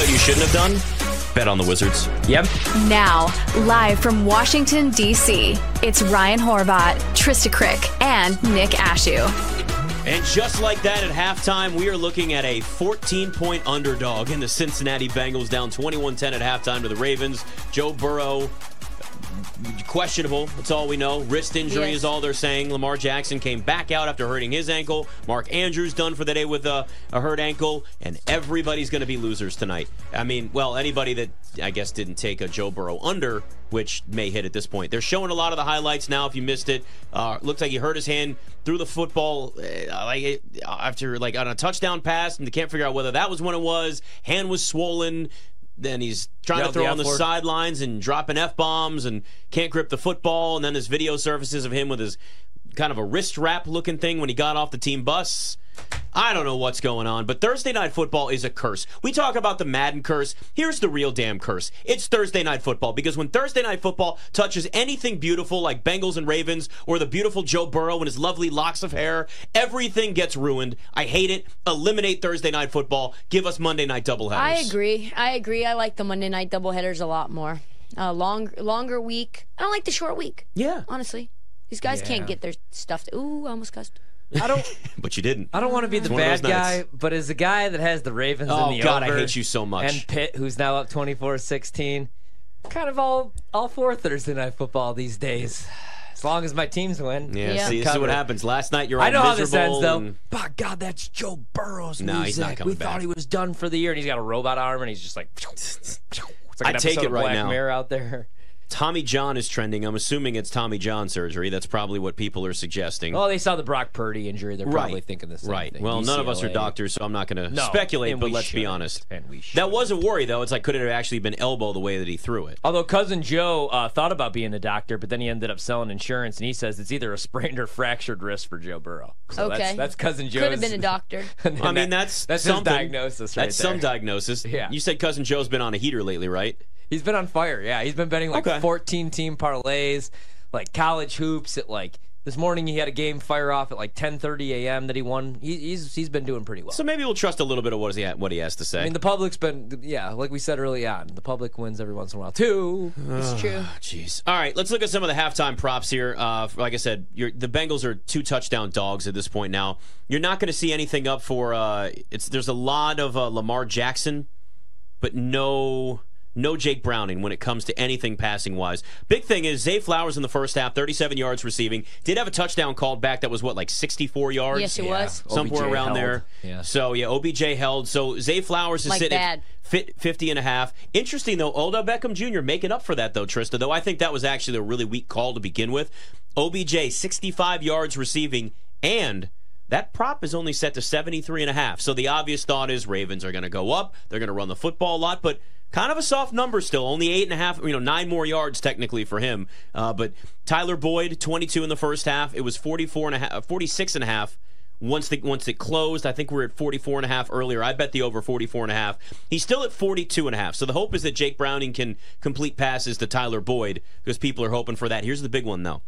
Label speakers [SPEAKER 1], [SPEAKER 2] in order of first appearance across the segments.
[SPEAKER 1] shouldn't have done? Bet on the Wizards.
[SPEAKER 2] Yep.
[SPEAKER 3] Now, live from Washington, D.C., it's Ryan Horvat, Trista Crick, and Nick Ashew.
[SPEAKER 1] And just like that, at halftime, we are looking at a 14 point underdog in the Cincinnati Bengals, down 21 10 at halftime to the Ravens. Joe Burrow, questionable. That's all we know. Wrist injury
[SPEAKER 3] Yes.
[SPEAKER 1] is all they're saying. Lamar Jackson came back out after hurting his ankle. Mark Andrews done for the day with a, a hurt ankle. And everybody's going to be losers tonight. I mean, well, anybody that I guess didn't take a Joe Burrow under, which may hit at this point. They're showing a lot of the highlights now if you missed it. Uh, looks like he hurt his hand through the football eh, like it- after like on a touchdown pass and they can't figure out whether that was when it was. Hand was swollen. Then he's trying
[SPEAKER 2] Yelled
[SPEAKER 1] to
[SPEAKER 2] the
[SPEAKER 1] throw on the
[SPEAKER 2] F-word.
[SPEAKER 1] side sidelines and dropping f bombs and can't grip the football. And then this video surfaces of him with his kind of a wrist wrap looking thing when he got off the team bus. I don't know what's going on, but Thursday night football is a curse. We talk about the Madden curse. Here's the real damn curse. It's Thursday night football because when Thursday night football touches anything beautiful like Bengals and Ravens or the beautiful Joe Burrow and his lovely locks of hair, everything gets ruined. I hate it. Eliminate Thursday night football. Give us Monday night doubleheaders.
[SPEAKER 4] I agree. I agree. I like the Monday night doubleheaders a lot more. Uh, long, longer week. I don't like the short week.
[SPEAKER 1] Yeah.
[SPEAKER 4] Honestly, these guys can't get their stuff. Ooh, I almost cussed.
[SPEAKER 2] I don't.
[SPEAKER 1] But you didn't.
[SPEAKER 2] I don't want to be the
[SPEAKER 1] one of those
[SPEAKER 2] bad guy,
[SPEAKER 1] nights.
[SPEAKER 2] but as the guy that has the Ravens
[SPEAKER 1] Oh,
[SPEAKER 2] in the
[SPEAKER 1] God, I
[SPEAKER 2] over
[SPEAKER 1] hate you so much.
[SPEAKER 2] And Pitt, who's now up 24-16, kind of all all for Thursday night football these days. As long as my teams win.
[SPEAKER 1] Yeah,
[SPEAKER 4] Yeah.
[SPEAKER 1] see, this is
[SPEAKER 2] Covered.
[SPEAKER 1] what happens. Last night you're all
[SPEAKER 2] I know how this
[SPEAKER 1] miserable.
[SPEAKER 2] ends, though.
[SPEAKER 1] and-
[SPEAKER 2] By God, that's Joe Burrow's
[SPEAKER 1] No,
[SPEAKER 2] music.
[SPEAKER 1] he's not coming
[SPEAKER 2] we
[SPEAKER 1] back.
[SPEAKER 2] thought he was done for the year, and he's got a robot arm, and he's just like. It's like an
[SPEAKER 1] I take
[SPEAKER 2] episode
[SPEAKER 1] it
[SPEAKER 2] of
[SPEAKER 1] right
[SPEAKER 2] Black
[SPEAKER 1] now.
[SPEAKER 2] Mirror out there.
[SPEAKER 1] Tommy John is trending. I'm assuming it's Tommy John surgery. That's probably what people are suggesting.
[SPEAKER 2] Oh, they saw the Brock Purdy injury. They're
[SPEAKER 1] right.
[SPEAKER 2] probably thinking the same
[SPEAKER 1] Right.
[SPEAKER 2] thing.
[SPEAKER 1] Well, none of us are
[SPEAKER 2] UCLA.
[SPEAKER 1] doctors, so I'm not going to
[SPEAKER 2] No,
[SPEAKER 1] speculate,
[SPEAKER 2] and
[SPEAKER 1] but
[SPEAKER 2] we
[SPEAKER 1] let's be
[SPEAKER 2] shouldn't,
[SPEAKER 1] honest.
[SPEAKER 2] and we
[SPEAKER 1] that was a worry, though. It's like, could it have actually been elbow the way that he threw it?
[SPEAKER 2] Although cousin Joe uh, thought about being a doctor, but then he ended up selling insurance, and he says it's either a sprained or fractured wrist for Joe Burrow. So
[SPEAKER 4] Okay.
[SPEAKER 2] that's, that's cousin Joe's.
[SPEAKER 4] Could have been a doctor.
[SPEAKER 2] And
[SPEAKER 1] I mean,
[SPEAKER 2] that-
[SPEAKER 1] that's
[SPEAKER 2] that's
[SPEAKER 1] something.
[SPEAKER 2] his diagnosis. Right
[SPEAKER 1] that's
[SPEAKER 2] there.
[SPEAKER 1] some diagnosis.
[SPEAKER 2] Yeah.
[SPEAKER 1] You said cousin Joe's been on a heater lately, right?
[SPEAKER 2] He's been on fire. Yeah, he's been betting like
[SPEAKER 1] Okay.
[SPEAKER 2] 14 team parlays, like college hoops. At like this morning, he had a game fire off at like 10:30 a.m. that he won. He, he's he's been doing pretty well.
[SPEAKER 1] So maybe we'll trust a little bit of what he what he has to say.
[SPEAKER 2] I mean, the public's been yeah, like we said early on, the public wins every once in a while too.
[SPEAKER 4] It's true.
[SPEAKER 1] Jeez. All right, let's look at some of the halftime props here. Uh, like I said, you're, the Bengals are two touchdown dogs at this point now. You're not going to see anything up for. Uh, it's there's a lot of uh, Lamar Jackson, but no no Jake Browning when it comes to anything passing wise. Big thing is Zay Flowers in the first half, 37 yards receiving. Did have a touchdown called back that was what like 64 yards.
[SPEAKER 4] Yes, it was.
[SPEAKER 1] Somewhere
[SPEAKER 2] OBJ
[SPEAKER 1] around
[SPEAKER 2] held.
[SPEAKER 1] there.
[SPEAKER 2] Yeah.
[SPEAKER 1] So yeah, OBJ held. So Zay Flowers is
[SPEAKER 4] Like
[SPEAKER 1] sitting
[SPEAKER 4] that.
[SPEAKER 1] fit 50 and a half. Interesting, though, Odell Beckham Jr. making up for that, though, Trista, though I think that was actually a really weak call to begin with. OBJ, 65 yards receiving, and that prop is only set to 73 and a half. So the obvious thought is Ravens are going to go up. They're going to run the football a lot, but kind of a soft number still. Only eight and a half, you know, nine more yards technically for him. Uh, but Tyler Boyd, 22 in the first half. It was 44 and a half, 46 and a half once the once it closed i think we are at 44 and a half earlier i bet the over 44 and a half he's still at 42 and a half so the hope is that jake browning can complete passes to tyler boyd because people are hoping for that here's the big one though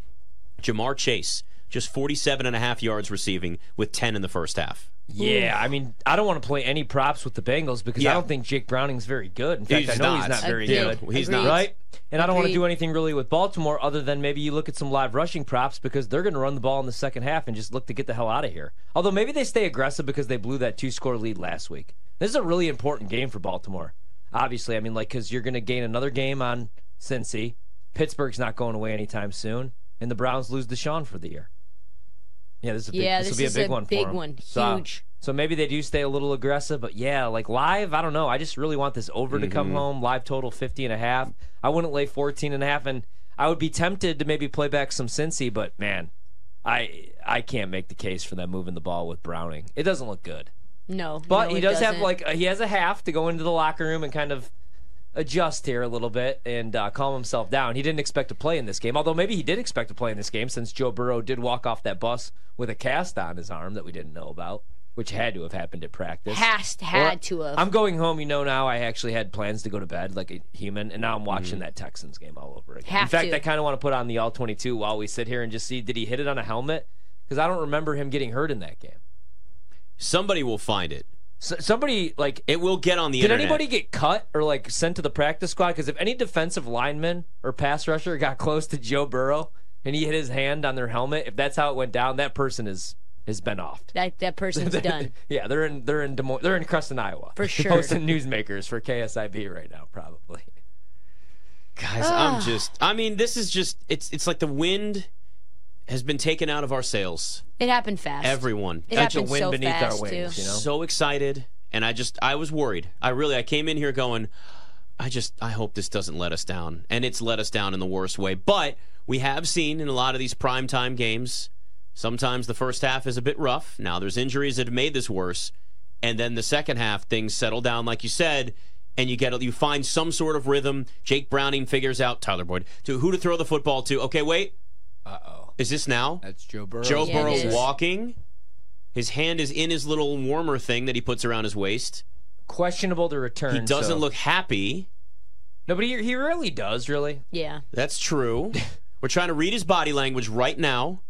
[SPEAKER 1] jamar chase just 47 and a half yards receiving with 10 in the first half
[SPEAKER 2] Yeah, I mean, I don't want to play any props with the Bengals because
[SPEAKER 1] Yeah.
[SPEAKER 2] I don't think Jake Browning's very good. In fact,
[SPEAKER 1] He's
[SPEAKER 2] I know he's
[SPEAKER 1] not.
[SPEAKER 2] not very
[SPEAKER 4] Agreed.
[SPEAKER 2] good.
[SPEAKER 1] He's not.
[SPEAKER 2] right. And I don't want to
[SPEAKER 4] Agreed.
[SPEAKER 2] do anything really with Baltimore other than maybe you look at some live rushing props because they're going to run the ball in the second half and just look to get the hell out of here. Although maybe they stay aggressive because they blew that two score lead last week. This is a really important game for Baltimore. Obviously, I mean, like, because you're going to gain another game on Cincy. Pittsburgh's not going away anytime soon. And the Browns lose Deshaun for the year. Yeah, this, is a big,
[SPEAKER 4] Yeah,
[SPEAKER 2] this,
[SPEAKER 4] this
[SPEAKER 2] will be a
[SPEAKER 4] is
[SPEAKER 2] big
[SPEAKER 4] a
[SPEAKER 2] one. for
[SPEAKER 4] big
[SPEAKER 2] 'em.
[SPEAKER 4] one.
[SPEAKER 2] So-
[SPEAKER 4] Huge.
[SPEAKER 2] So, maybe they do stay a little aggressive, but yeah, like live, I don't know. I just really want this over to come home. Live total 50 and a half. I wouldn't lay 14 and a half, and I would be tempted to maybe play back some Cincy, but man, I I can't make the case for them moving the ball with Browning. It doesn't look good.
[SPEAKER 4] No,
[SPEAKER 2] But
[SPEAKER 4] no,
[SPEAKER 2] he
[SPEAKER 4] it
[SPEAKER 2] does have
[SPEAKER 4] doesn't.
[SPEAKER 2] like uh, he has a half to go into the locker room and kind of adjust here a little bit and uh, calm himself down. He didn't expect to play in this game, although maybe he did expect to play in this game since Joe Burrow did walk off that bus with a cast on his arm that we didn't know about, which had to have happened at practice.
[SPEAKER 4] has
[SPEAKER 2] Or-
[SPEAKER 4] had to have.
[SPEAKER 2] I'm going home. You know now. I actually had plans to go to bed like a human, and now I'm watching that Texans game all over again. in
[SPEAKER 4] Have
[SPEAKER 2] fact,
[SPEAKER 4] to.
[SPEAKER 2] I kind of want to put on the all 22 while we sit here and just see did he hit it on a helmet? Because I don't remember him getting hurt in that game.
[SPEAKER 1] somebody will find it
[SPEAKER 2] S- somebody like
[SPEAKER 1] It will get on the
[SPEAKER 2] Did
[SPEAKER 1] internet.
[SPEAKER 2] anybody get cut or like sent to the practice squad? Because if any defensive lineman or pass rusher got close to Joe Burrow and he hit his hand on their helmet, if that's how it went down, that person is has been offed.
[SPEAKER 4] That that person's done.
[SPEAKER 2] yeah, they're in they're in Des Moines, they're in Creston, Iowa
[SPEAKER 4] For sure.
[SPEAKER 2] Posting newsmakers for KSIB right now, probably.
[SPEAKER 1] Guys,
[SPEAKER 2] Ah.
[SPEAKER 1] I'm just. I mean, this is just. It's it's like the wind has been taken out of our sails.
[SPEAKER 4] It happened fast.
[SPEAKER 1] Everyone.
[SPEAKER 4] it
[SPEAKER 1] I-
[SPEAKER 2] The
[SPEAKER 4] happened
[SPEAKER 2] wind
[SPEAKER 4] so
[SPEAKER 2] beneath
[SPEAKER 4] fast
[SPEAKER 2] our wings,
[SPEAKER 4] too.
[SPEAKER 2] you know.
[SPEAKER 1] so excited and i just i was worried i really i came in here going i just i hope this doesn't let us down and it's let us down in the worst way but we have seen in a lot of these primetime games sometimes the first half is a bit rough now there's injuries that have made this worse and then the second half things settle down like you said and you get you find some sort of rhythm jake browning figures out tyler boyd to who to throw the football to okay wait uh-oh is this now
[SPEAKER 5] That's Joe Burrow.
[SPEAKER 1] Joe
[SPEAKER 4] Yeah, it
[SPEAKER 1] Burrow
[SPEAKER 4] is.
[SPEAKER 1] walking. His hand is in his little warmer thing that he puts around his waist.
[SPEAKER 2] Questionable to return.
[SPEAKER 1] He doesn't
[SPEAKER 2] so-
[SPEAKER 1] look happy.
[SPEAKER 2] No, but he, he really does. Really,
[SPEAKER 4] Yeah.
[SPEAKER 1] That's true. We're trying to read his body language right now.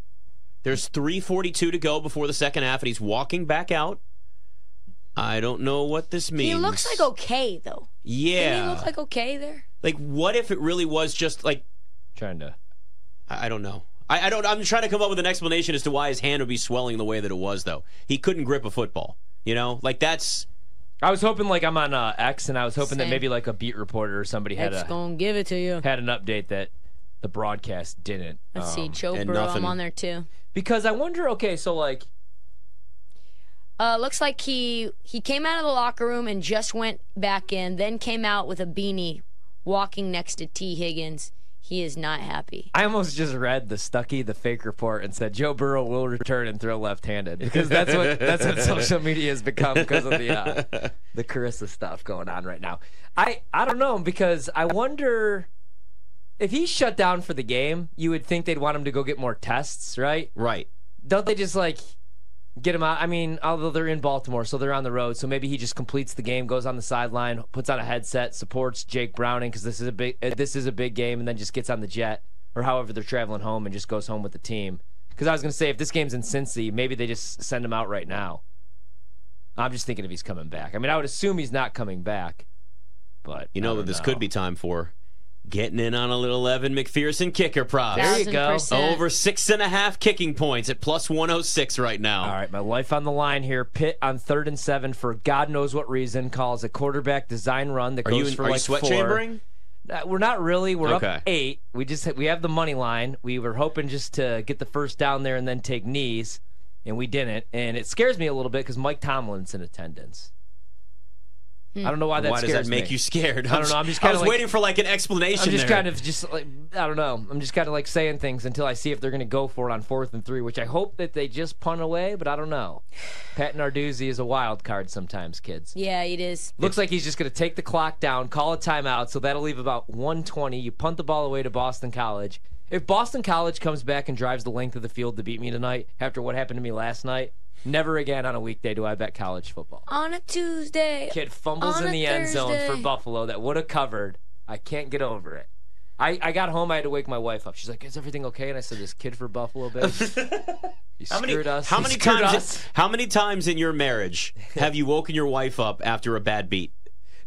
[SPEAKER 1] There's 3:42 to go before the second half, and he's walking back out. I don't know what this means.
[SPEAKER 4] He looks like okay though.
[SPEAKER 1] yeah.
[SPEAKER 4] Didn't he look like okay there?
[SPEAKER 1] like what if it really was just like
[SPEAKER 2] trying to.
[SPEAKER 1] I I don't know. I, I don't. I'm trying to come up with an explanation as to why his hand would be swelling the way that it was, though. He couldn't grip a football. You know, like that's
[SPEAKER 2] I was hoping like I'm on uh, X, and I was hoping that
[SPEAKER 4] Same.
[SPEAKER 2] maybe like a beat reporter or somebody had
[SPEAKER 4] It's
[SPEAKER 2] a
[SPEAKER 4] gonna give it to you.
[SPEAKER 2] had an update that the broadcast didn't.
[SPEAKER 4] Let's
[SPEAKER 2] um,
[SPEAKER 4] see, Joe
[SPEAKER 1] and
[SPEAKER 4] Burrow.
[SPEAKER 1] nothing.
[SPEAKER 4] I'm on there too.
[SPEAKER 2] Because I wonder, okay, so like,
[SPEAKER 4] Uh, looks like he he came out of the locker room and just went back in, then came out with a beanie, walking next to T. Higgins. He is not happy.
[SPEAKER 2] I almost just read the Stucky the fake report and said Joe Burrow will return and throw left-handed because that's what that's what social media has become because of the uh, the Carissa stuff going on right now. I I don't know because I wonder if he's shut down for the game. You would think they'd want him to go get more tests, right?
[SPEAKER 1] right.
[SPEAKER 2] don't they just like get him out? I mean, although they're in Baltimore, so they're on the road, so maybe he just completes the game, goes on the sideline, puts on a headset, supports Jake Browning because this is a big uh, this is a big game, and then just gets on the jet or however they're traveling home and just goes home with the team. Because I was gonna say if this game's in Cincy, maybe they just send him out right now. I'm just thinking if he's coming back. I mean, I would assume he's not coming back, but
[SPEAKER 1] You know
[SPEAKER 2] I
[SPEAKER 1] what
[SPEAKER 2] don't
[SPEAKER 1] this could be time for? Getting in on a little Evan McPherson kicker props.
[SPEAKER 2] There you
[SPEAKER 4] Thousand
[SPEAKER 2] go.
[SPEAKER 4] percent.
[SPEAKER 1] Over six and a half kicking points at plus 106 right now.
[SPEAKER 2] All right, my life on the line here. Pitt on third and seven for God knows what reason calls a quarterback design run that
[SPEAKER 1] Are
[SPEAKER 2] goes
[SPEAKER 1] you,
[SPEAKER 2] for
[SPEAKER 1] are
[SPEAKER 2] like
[SPEAKER 1] you sweat
[SPEAKER 2] four.
[SPEAKER 1] chambering?
[SPEAKER 2] Uh, we're not really. We're
[SPEAKER 1] Okay.
[SPEAKER 2] up eight. We just we have the money line. We were hoping just to get the first down there and then take knees, and we didn't. And it scares me a little bit because Mike Tomlin's in attendance. I don't know why that
[SPEAKER 1] Why does
[SPEAKER 2] scares
[SPEAKER 1] that make
[SPEAKER 2] me.
[SPEAKER 1] you scared?
[SPEAKER 2] don't know, I'm just
[SPEAKER 1] I
[SPEAKER 2] kinda
[SPEAKER 1] was
[SPEAKER 2] like-
[SPEAKER 1] waiting for like an explanation.
[SPEAKER 2] I'm just
[SPEAKER 1] there.
[SPEAKER 2] kind of just like I don't know. I'm just kind of like saying things until I see if they're going to go for it on fourth and three, which I hope that they just punt away. But I don't know. Pat Narduzzi is a wild card sometimes, kids.
[SPEAKER 4] Yeah, it is.
[SPEAKER 2] Looks like he's just going to take the clock down, call a timeout, so that'll leave about 120. You punt the ball away to Boston College. If Boston College comes back and drives the length of the field to beat me tonight after what happened to me last night, never again on a weekday do I bet college football.
[SPEAKER 4] On a Tuesday.
[SPEAKER 2] Kid fumbles
[SPEAKER 4] On
[SPEAKER 2] in
[SPEAKER 4] a
[SPEAKER 2] the end zone for
[SPEAKER 4] Thursday.
[SPEAKER 2] Buffalo that would have covered. I can't get over it. I, I got home. I had to wake my wife up. She's like, "Is everything okay?" And I said, "This kid for Buffalo, baby. He
[SPEAKER 1] How many,
[SPEAKER 2] screwed us.
[SPEAKER 1] how
[SPEAKER 2] He
[SPEAKER 1] many
[SPEAKER 2] screwed
[SPEAKER 1] times?
[SPEAKER 2] us."
[SPEAKER 1] How many times in your marriage have you woken your wife up after a bad beat?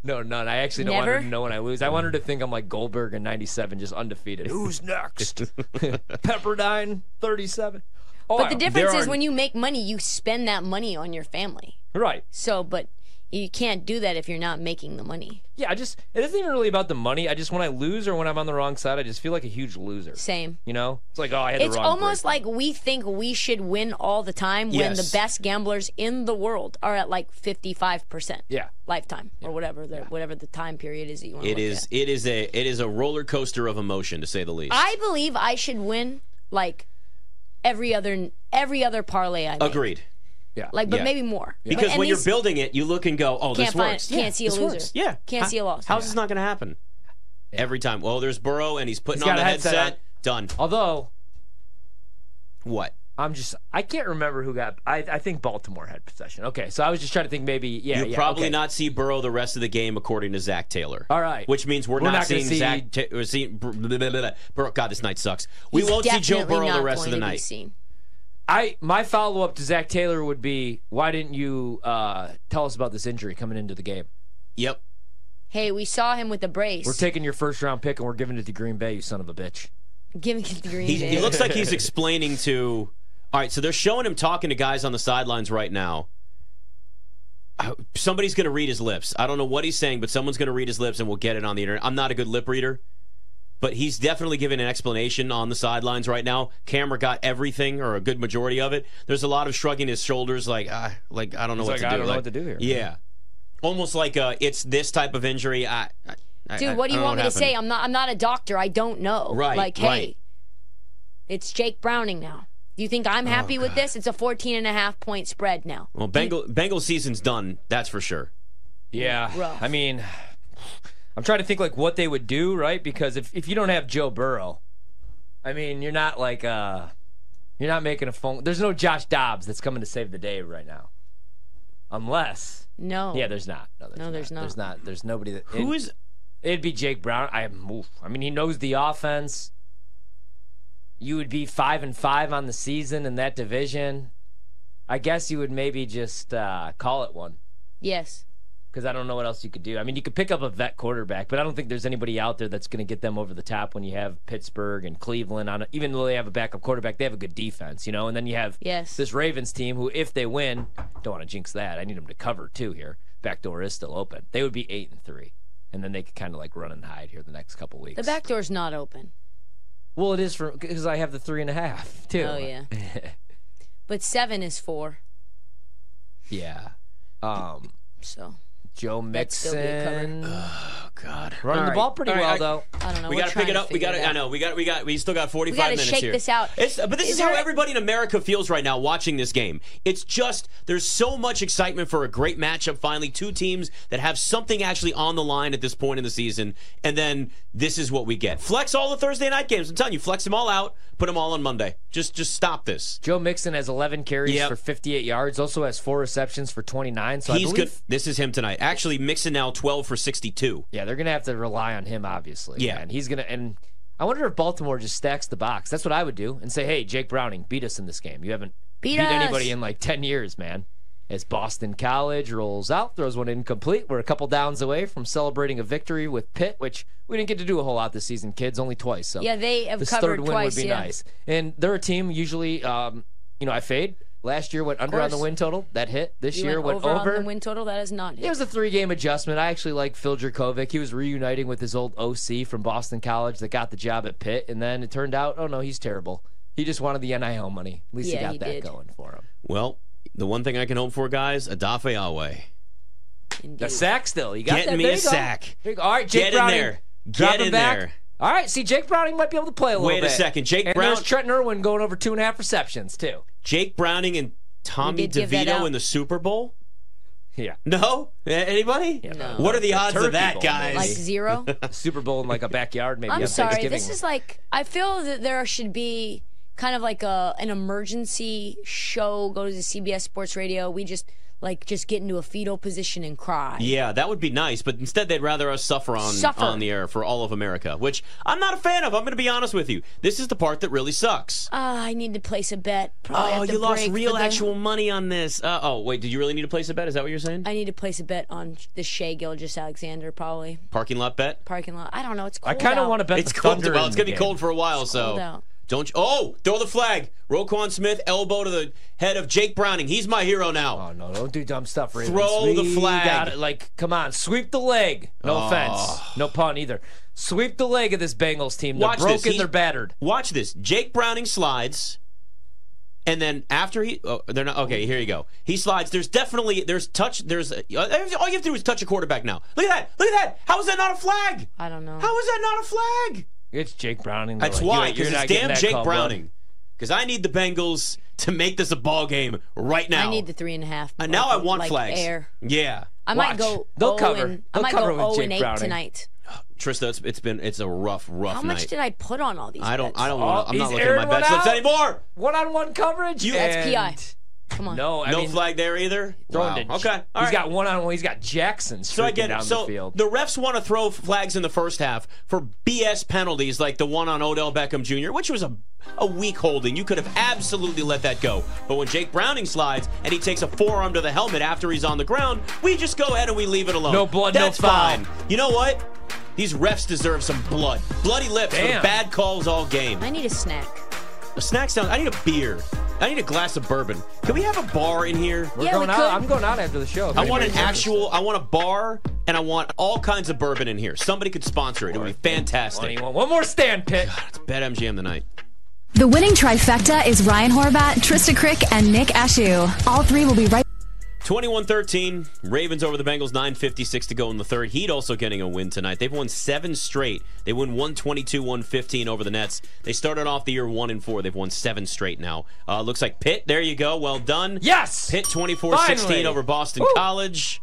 [SPEAKER 2] No, none. I actually don't want her
[SPEAKER 4] Never?
[SPEAKER 2] to know when I lose. I want her to think I'm like Goldberg in '97, just undefeated. Who's next? Pepperdine, 37. Oh,
[SPEAKER 4] But the difference
[SPEAKER 1] there
[SPEAKER 4] is
[SPEAKER 1] are-
[SPEAKER 4] when you make money, you spend that money on your family.
[SPEAKER 2] right?
[SPEAKER 4] So, but you can't do that if you're not making the money.
[SPEAKER 2] Yeah, I just it isn't even really about the money. I just when I lose or when I'm on the wrong side, I just feel like a huge loser.
[SPEAKER 4] Same.
[SPEAKER 2] You know, it's like oh, I had
[SPEAKER 4] It's
[SPEAKER 2] the wrong.
[SPEAKER 4] almost
[SPEAKER 2] break.
[SPEAKER 4] like we think we should win all the time when the
[SPEAKER 1] Yes.
[SPEAKER 4] best gamblers in the world are at like 55%
[SPEAKER 2] yeah.
[SPEAKER 4] lifetime or whatever the whatever the time period is that you
[SPEAKER 2] Oh
[SPEAKER 4] want to
[SPEAKER 1] It is. It is a. It is a roller coaster of emotion, to say the least.
[SPEAKER 4] I believe I should win like every other every other parlay I make.
[SPEAKER 1] Agreed.
[SPEAKER 4] Like but
[SPEAKER 1] Yeah.
[SPEAKER 4] maybe more.
[SPEAKER 1] Because
[SPEAKER 4] But- and
[SPEAKER 1] when you're
[SPEAKER 4] these-
[SPEAKER 1] building it, you look and go, "Oh,
[SPEAKER 4] can't
[SPEAKER 1] this
[SPEAKER 4] find
[SPEAKER 1] works."
[SPEAKER 4] can't see a loser.
[SPEAKER 2] works.
[SPEAKER 1] Yeah.
[SPEAKER 4] Can't
[SPEAKER 1] How-
[SPEAKER 4] see a loss.
[SPEAKER 1] How's this not going to happen? Every time. Well, there's Burrow, and he's putting
[SPEAKER 2] He's
[SPEAKER 1] on
[SPEAKER 2] got
[SPEAKER 1] the
[SPEAKER 2] a headset
[SPEAKER 1] headset. Done.
[SPEAKER 2] Although
[SPEAKER 1] What?
[SPEAKER 2] I'm just I can't remember who got. I I think Baltimore had possession. Okay, so I was just trying to think maybe yeah.
[SPEAKER 1] You'll
[SPEAKER 2] yeah,
[SPEAKER 1] probably
[SPEAKER 2] okay.
[SPEAKER 1] not see Burrow the rest of the game, according to Zach Taylor.
[SPEAKER 2] All right.
[SPEAKER 1] Which means we're, not,
[SPEAKER 2] not gonna
[SPEAKER 1] seeing
[SPEAKER 2] see-
[SPEAKER 1] Zach. Ta- we're seeing. br- blah, blah, blah, blah. Burrow. God, this night sucks. We
[SPEAKER 4] He's
[SPEAKER 1] won't see Joe
[SPEAKER 4] definitely
[SPEAKER 1] Burrow the
[SPEAKER 4] not
[SPEAKER 1] rest of
[SPEAKER 4] going
[SPEAKER 1] the
[SPEAKER 4] to be
[SPEAKER 1] night.
[SPEAKER 4] seen.
[SPEAKER 2] I my follow up to Zach Taylor would be, why didn't you uh, tell us about this injury coming into the game?
[SPEAKER 1] Yep.
[SPEAKER 4] Hey, we saw him with the brace.
[SPEAKER 2] We're taking your first round pick and we're giving it to Green Bay, you son of a bitch.
[SPEAKER 4] giving it the green.
[SPEAKER 1] He, he
[SPEAKER 4] Bay.
[SPEAKER 1] looks like he's explaining to. All right, so they're showing him talking to guys on the sidelines right now. I- Somebody's going to read his lips. I don't know what he's saying, but someone's going to read his lips and we'll get it on the internet. I'm not a good lip reader, but he's definitely giving an explanation on the sidelines right now. Camera got everything or a good majority of it. There's a lot of shrugging his shoulders, like, ah, like I don't know what
[SPEAKER 2] like,
[SPEAKER 1] to
[SPEAKER 2] "I
[SPEAKER 1] do.
[SPEAKER 2] don't know
[SPEAKER 1] Like,
[SPEAKER 2] what to do here.
[SPEAKER 1] Yeah, almost like uh, it's this type of injury. I, I- I, I
[SPEAKER 4] Dude, what do you
[SPEAKER 1] don't know
[SPEAKER 4] want me to
[SPEAKER 1] happened.
[SPEAKER 4] say? I'm not. I'm not a doctor. I don't know.
[SPEAKER 1] Right,
[SPEAKER 4] Like, hey,
[SPEAKER 1] right.
[SPEAKER 4] it's Jake Browning now. Do you think I'm
[SPEAKER 1] Oh,
[SPEAKER 4] happy with this? It's a 14 and a half point spread now.
[SPEAKER 1] Well, Bengal Bengal season's done. That's for sure.
[SPEAKER 2] Yeah.
[SPEAKER 4] Rough.
[SPEAKER 2] I mean, I'm trying to think like what they would do, right? Because if, if you don't have Joe Burrow, I mean, you're not like uh you're not making a phone. There's no Josh Dobbs that's coming to save the day right now. Unless
[SPEAKER 4] No.
[SPEAKER 2] Yeah, there's not. No, there's,
[SPEAKER 4] No,
[SPEAKER 2] not.
[SPEAKER 4] there's not.
[SPEAKER 2] There's not. There's nobody that
[SPEAKER 1] Who
[SPEAKER 2] it,
[SPEAKER 1] is
[SPEAKER 2] It'd be Jake Brown. I oof. I mean, he knows the offense. You would be five and five on the season in that division. I guess you would maybe just uh, call it one
[SPEAKER 4] Yes.
[SPEAKER 2] because I don't know what else you could do. I mean, you could pick up a vet quarterback, but I don't think there's anybody out there that's going to get them over the top when you have Pittsburgh and Cleveland on. Even though they have a backup quarterback, they have a good defense, you know. And then you have
[SPEAKER 4] Yes.
[SPEAKER 2] this Ravens team who, if they win, don't want to jinx that. I need them to cover too here. Back door is still open. They would be eight and three, and then they could kind of like run and hide here the next couple weeks.
[SPEAKER 4] The back door's not open.
[SPEAKER 2] well, it is for because I have the three and a half too.
[SPEAKER 4] Oh yeah. but seven is four.
[SPEAKER 2] yeah. Um,
[SPEAKER 4] So
[SPEAKER 2] Joe
[SPEAKER 4] still be a cover.
[SPEAKER 2] Mixon running
[SPEAKER 1] Oh God.
[SPEAKER 2] the ball pretty well though.
[SPEAKER 4] I don't know.
[SPEAKER 1] We
[SPEAKER 4] We're
[SPEAKER 1] gotta pick
[SPEAKER 4] trying
[SPEAKER 1] it
[SPEAKER 4] to
[SPEAKER 1] up. We
[SPEAKER 4] figure
[SPEAKER 1] gotta.
[SPEAKER 4] it out.
[SPEAKER 1] I know. We got. We got. We still got 45
[SPEAKER 4] gotta
[SPEAKER 1] minutes
[SPEAKER 4] shake
[SPEAKER 1] here.
[SPEAKER 4] this out.
[SPEAKER 1] It's, but this is,
[SPEAKER 4] Is
[SPEAKER 1] how
[SPEAKER 4] there-
[SPEAKER 1] everybody in America feels right now watching this game. It's just there's so much excitement for a great matchup. Finally, two teams that have something actually on the line at this point in the season, and then this is what we get. Flex all the Thursday night games. I'm telling you, flex them all out. Put them all on Monday. Just, just stop this.
[SPEAKER 2] Joe Mixon has 11 carries
[SPEAKER 1] Yep.
[SPEAKER 2] for 58 yards. Also has four receptions for 29. So
[SPEAKER 1] He's
[SPEAKER 2] I believe,
[SPEAKER 1] good. This is him tonight. Actually, mixing now 12 for 62.
[SPEAKER 2] Yeah, they're gonna have to rely on him, obviously.
[SPEAKER 1] Yeah.
[SPEAKER 2] and he's gonna. And I wonder if Baltimore just stacks the box. That's what I would do, and say, "Hey, Jake Browning, beat us in this game. You haven't
[SPEAKER 4] Beat us!"
[SPEAKER 2] anybody in like 10 years, man." As Boston College rolls out, throws one incomplete. We're a couple downs away from celebrating a victory with Pitt, which we didn't get to do a whole lot this season, kids. Only twice. So
[SPEAKER 4] Yeah, they have
[SPEAKER 2] this
[SPEAKER 4] covered
[SPEAKER 2] third win
[SPEAKER 4] twice.
[SPEAKER 2] would be
[SPEAKER 4] yeah.
[SPEAKER 2] nice. And they're a team usually, um, you know, I fade. Last year went under on the
[SPEAKER 4] course.
[SPEAKER 2] win total. That hit. This
[SPEAKER 4] You
[SPEAKER 2] year
[SPEAKER 4] went
[SPEAKER 2] went
[SPEAKER 4] over, on the win total. That is not.
[SPEAKER 2] It was a three-game adjustment. I actually like Phil Dracovic. He was reuniting with his old OC from Boston College that got the job at Pitt, and then it turned out, oh no, he's terrible. He just wanted the NIL money. At least
[SPEAKER 4] Yeah,
[SPEAKER 2] he got
[SPEAKER 4] he
[SPEAKER 2] that
[SPEAKER 4] did.
[SPEAKER 2] going for him.
[SPEAKER 1] Well, the one thing I can hope for, guys, Adafe Awe.
[SPEAKER 4] Indeed.
[SPEAKER 2] The sack still. You got
[SPEAKER 1] Getting
[SPEAKER 2] that.
[SPEAKER 1] me
[SPEAKER 2] There
[SPEAKER 1] a
[SPEAKER 2] you go.
[SPEAKER 1] sack.
[SPEAKER 2] There you go. All right, Jake
[SPEAKER 1] Get in
[SPEAKER 2] Browning.
[SPEAKER 1] there.
[SPEAKER 2] Drop
[SPEAKER 1] Get
[SPEAKER 2] him
[SPEAKER 1] in
[SPEAKER 2] back.
[SPEAKER 1] there.
[SPEAKER 2] All right, see, Jake Browning might be able to play a little
[SPEAKER 1] Wait
[SPEAKER 2] bit.
[SPEAKER 1] a second, Jake
[SPEAKER 2] and
[SPEAKER 1] Brown-
[SPEAKER 2] there's Trenton Irwin going over two and a half receptions too.
[SPEAKER 1] Jake Browning and Tommy
[SPEAKER 4] We did give that
[SPEAKER 1] DeVito
[SPEAKER 4] out.
[SPEAKER 1] in the Super Bowl?
[SPEAKER 2] Yeah.
[SPEAKER 1] No? A- Anybody?
[SPEAKER 4] No.
[SPEAKER 1] What are the odds
[SPEAKER 2] Turkey
[SPEAKER 1] of that,
[SPEAKER 2] Bowl,
[SPEAKER 1] guys?
[SPEAKER 4] like zero.
[SPEAKER 2] Super Bowl in like a backyard, maybe.
[SPEAKER 4] I'm
[SPEAKER 2] on
[SPEAKER 4] sorry.
[SPEAKER 2] Thanksgiving.
[SPEAKER 4] This is like I feel that there should be kind of like a an emergency show. Go to the CBS Sports Radio. We just like just get into a fetal position and cry.
[SPEAKER 1] yeah, that would be nice, but instead they'd rather us suffer on
[SPEAKER 4] Suffer.
[SPEAKER 1] on the air for all of America, which I'm not a fan of. I'm going to be honest with you. This is the part that really sucks.
[SPEAKER 4] Ah, I need to place a bet. Probably
[SPEAKER 1] oh,
[SPEAKER 4] at the
[SPEAKER 1] you lost
[SPEAKER 4] break
[SPEAKER 1] real
[SPEAKER 4] for the-
[SPEAKER 1] actual money on this. Uh, oh, wait, did you really need to place a bet? Is that what you're saying?
[SPEAKER 4] I need to place a bet on the Shea Gilgis Alexander probably
[SPEAKER 1] Parking lot bet?
[SPEAKER 4] parking lot. I don't know. It's cold.
[SPEAKER 2] I kind of want to bet
[SPEAKER 1] It's
[SPEAKER 2] the
[SPEAKER 1] cold.
[SPEAKER 2] Thunder
[SPEAKER 1] Well,
[SPEAKER 2] in
[SPEAKER 1] it's
[SPEAKER 2] the
[SPEAKER 1] going to be
[SPEAKER 2] game.
[SPEAKER 1] cold for a while, so
[SPEAKER 4] cold out.
[SPEAKER 1] don't you? Oh, throw the flag. Roquan Smith elbow to the head of Jake Browning. He's my hero now.
[SPEAKER 2] Oh no! Don't do dumb stuff, Ravens.
[SPEAKER 1] Throw
[SPEAKER 2] We
[SPEAKER 1] the flag. Ah.
[SPEAKER 2] gotta, like, come on, sweep the leg. No offense, no pun either. Sweep the leg of this Bengals team. They're
[SPEAKER 1] Watch this.
[SPEAKER 2] broken.
[SPEAKER 1] He-
[SPEAKER 2] They're battered.
[SPEAKER 1] Watch this. Jake Browning slides, and then after he, oh, they're not okay. Here you go. He slides. There's definitely there's touch. There's all you have to do is touch a quarterback now. Look at that. Look at that. How is that not a flag?
[SPEAKER 4] I don't know.
[SPEAKER 1] How is that not a flag?
[SPEAKER 2] It's Jake Browning. They're
[SPEAKER 1] That's
[SPEAKER 2] like,
[SPEAKER 1] why.
[SPEAKER 2] "You ain't- you're
[SPEAKER 1] Because it's
[SPEAKER 2] not getting
[SPEAKER 1] damn
[SPEAKER 2] that
[SPEAKER 1] Jake
[SPEAKER 2] call, bud."
[SPEAKER 1] Browning. Because I need the Bengals to make this a ball game right now.
[SPEAKER 4] I need the three and a half.
[SPEAKER 1] And now I
[SPEAKER 4] like-
[SPEAKER 1] want
[SPEAKER 4] like
[SPEAKER 1] flags.
[SPEAKER 4] Air.
[SPEAKER 1] Yeah.
[SPEAKER 4] I
[SPEAKER 2] Watch.
[SPEAKER 4] might go.
[SPEAKER 2] They'll
[SPEAKER 4] 0
[SPEAKER 2] cover.
[SPEAKER 4] And, I
[SPEAKER 2] They'll
[SPEAKER 4] might
[SPEAKER 2] cover
[SPEAKER 4] go
[SPEAKER 2] with
[SPEAKER 4] 0 and
[SPEAKER 2] Jake
[SPEAKER 4] 8
[SPEAKER 2] Browning.
[SPEAKER 4] tonight.
[SPEAKER 1] Trista, it's, it's been it's a rough rough
[SPEAKER 4] How
[SPEAKER 1] night.
[SPEAKER 4] much did I put on all these?
[SPEAKER 1] I don't
[SPEAKER 4] bets?
[SPEAKER 1] I don't want
[SPEAKER 2] Oh,
[SPEAKER 1] I'm not
[SPEAKER 2] he's
[SPEAKER 1] looking at my
[SPEAKER 2] airing one
[SPEAKER 1] bet slips
[SPEAKER 2] out.
[SPEAKER 1] anymore.
[SPEAKER 2] One-on-one coverage.
[SPEAKER 1] You-
[SPEAKER 2] and
[SPEAKER 4] That's PI. Come on.
[SPEAKER 2] No, I
[SPEAKER 1] no
[SPEAKER 2] mean,
[SPEAKER 1] flag there either.
[SPEAKER 2] throwing
[SPEAKER 1] Wow.
[SPEAKER 2] to-
[SPEAKER 1] okay. All
[SPEAKER 2] he's
[SPEAKER 1] right.
[SPEAKER 2] got one on one. He's got Jackson
[SPEAKER 1] So I
[SPEAKER 2] streaking
[SPEAKER 1] get
[SPEAKER 2] down
[SPEAKER 1] it. So
[SPEAKER 2] the field.
[SPEAKER 1] the refs want to throw flags in the first half for BS penalties like the one on Odell Beckham Jr., which was a a weak holding. You could have absolutely let that go. But when Jake Browning slides and he takes a forearm to the helmet after he's on the ground, we just go ahead and we leave it alone.
[SPEAKER 2] No blood, no
[SPEAKER 1] That's
[SPEAKER 2] foul.
[SPEAKER 1] fine. You know what? These refs deserve some blood. Bloody lips
[SPEAKER 2] Damn.
[SPEAKER 1] for bad calls all game.
[SPEAKER 4] I need a snack.
[SPEAKER 1] A snack sound. I need a beer. I need a glass of bourbon. Can we have a bar in here?
[SPEAKER 2] We're
[SPEAKER 4] Yeah,
[SPEAKER 2] going
[SPEAKER 4] we
[SPEAKER 2] out.
[SPEAKER 4] could.
[SPEAKER 2] I'm going out after the show. if
[SPEAKER 1] I want
[SPEAKER 2] anybody's
[SPEAKER 1] an
[SPEAKER 2] interested.
[SPEAKER 1] actual. I want a bar, and I want all kinds of bourbon in here. Somebody could sponsor it. It would be
[SPEAKER 2] One,
[SPEAKER 1] fantastic.
[SPEAKER 2] you want one more stand, Pitt.
[SPEAKER 1] It's Bet MGM tonight.
[SPEAKER 3] The winning trifecta is Ryan Horvat, Trista Crick, and Nick Ashew. All three will be right
[SPEAKER 1] 21-13, Ravens over the Bengals. 9:56 to go in the third. Heat also getting a win tonight. They've won seven straight. They win 122-115 over the Nets. They started off the year one and four. They've won seven straight now. Uh, looks like Pitt. There you go. Well done.
[SPEAKER 2] Yes.
[SPEAKER 1] Pitt 24-16
[SPEAKER 2] Finally.
[SPEAKER 1] over Boston
[SPEAKER 2] Woo.
[SPEAKER 1] College.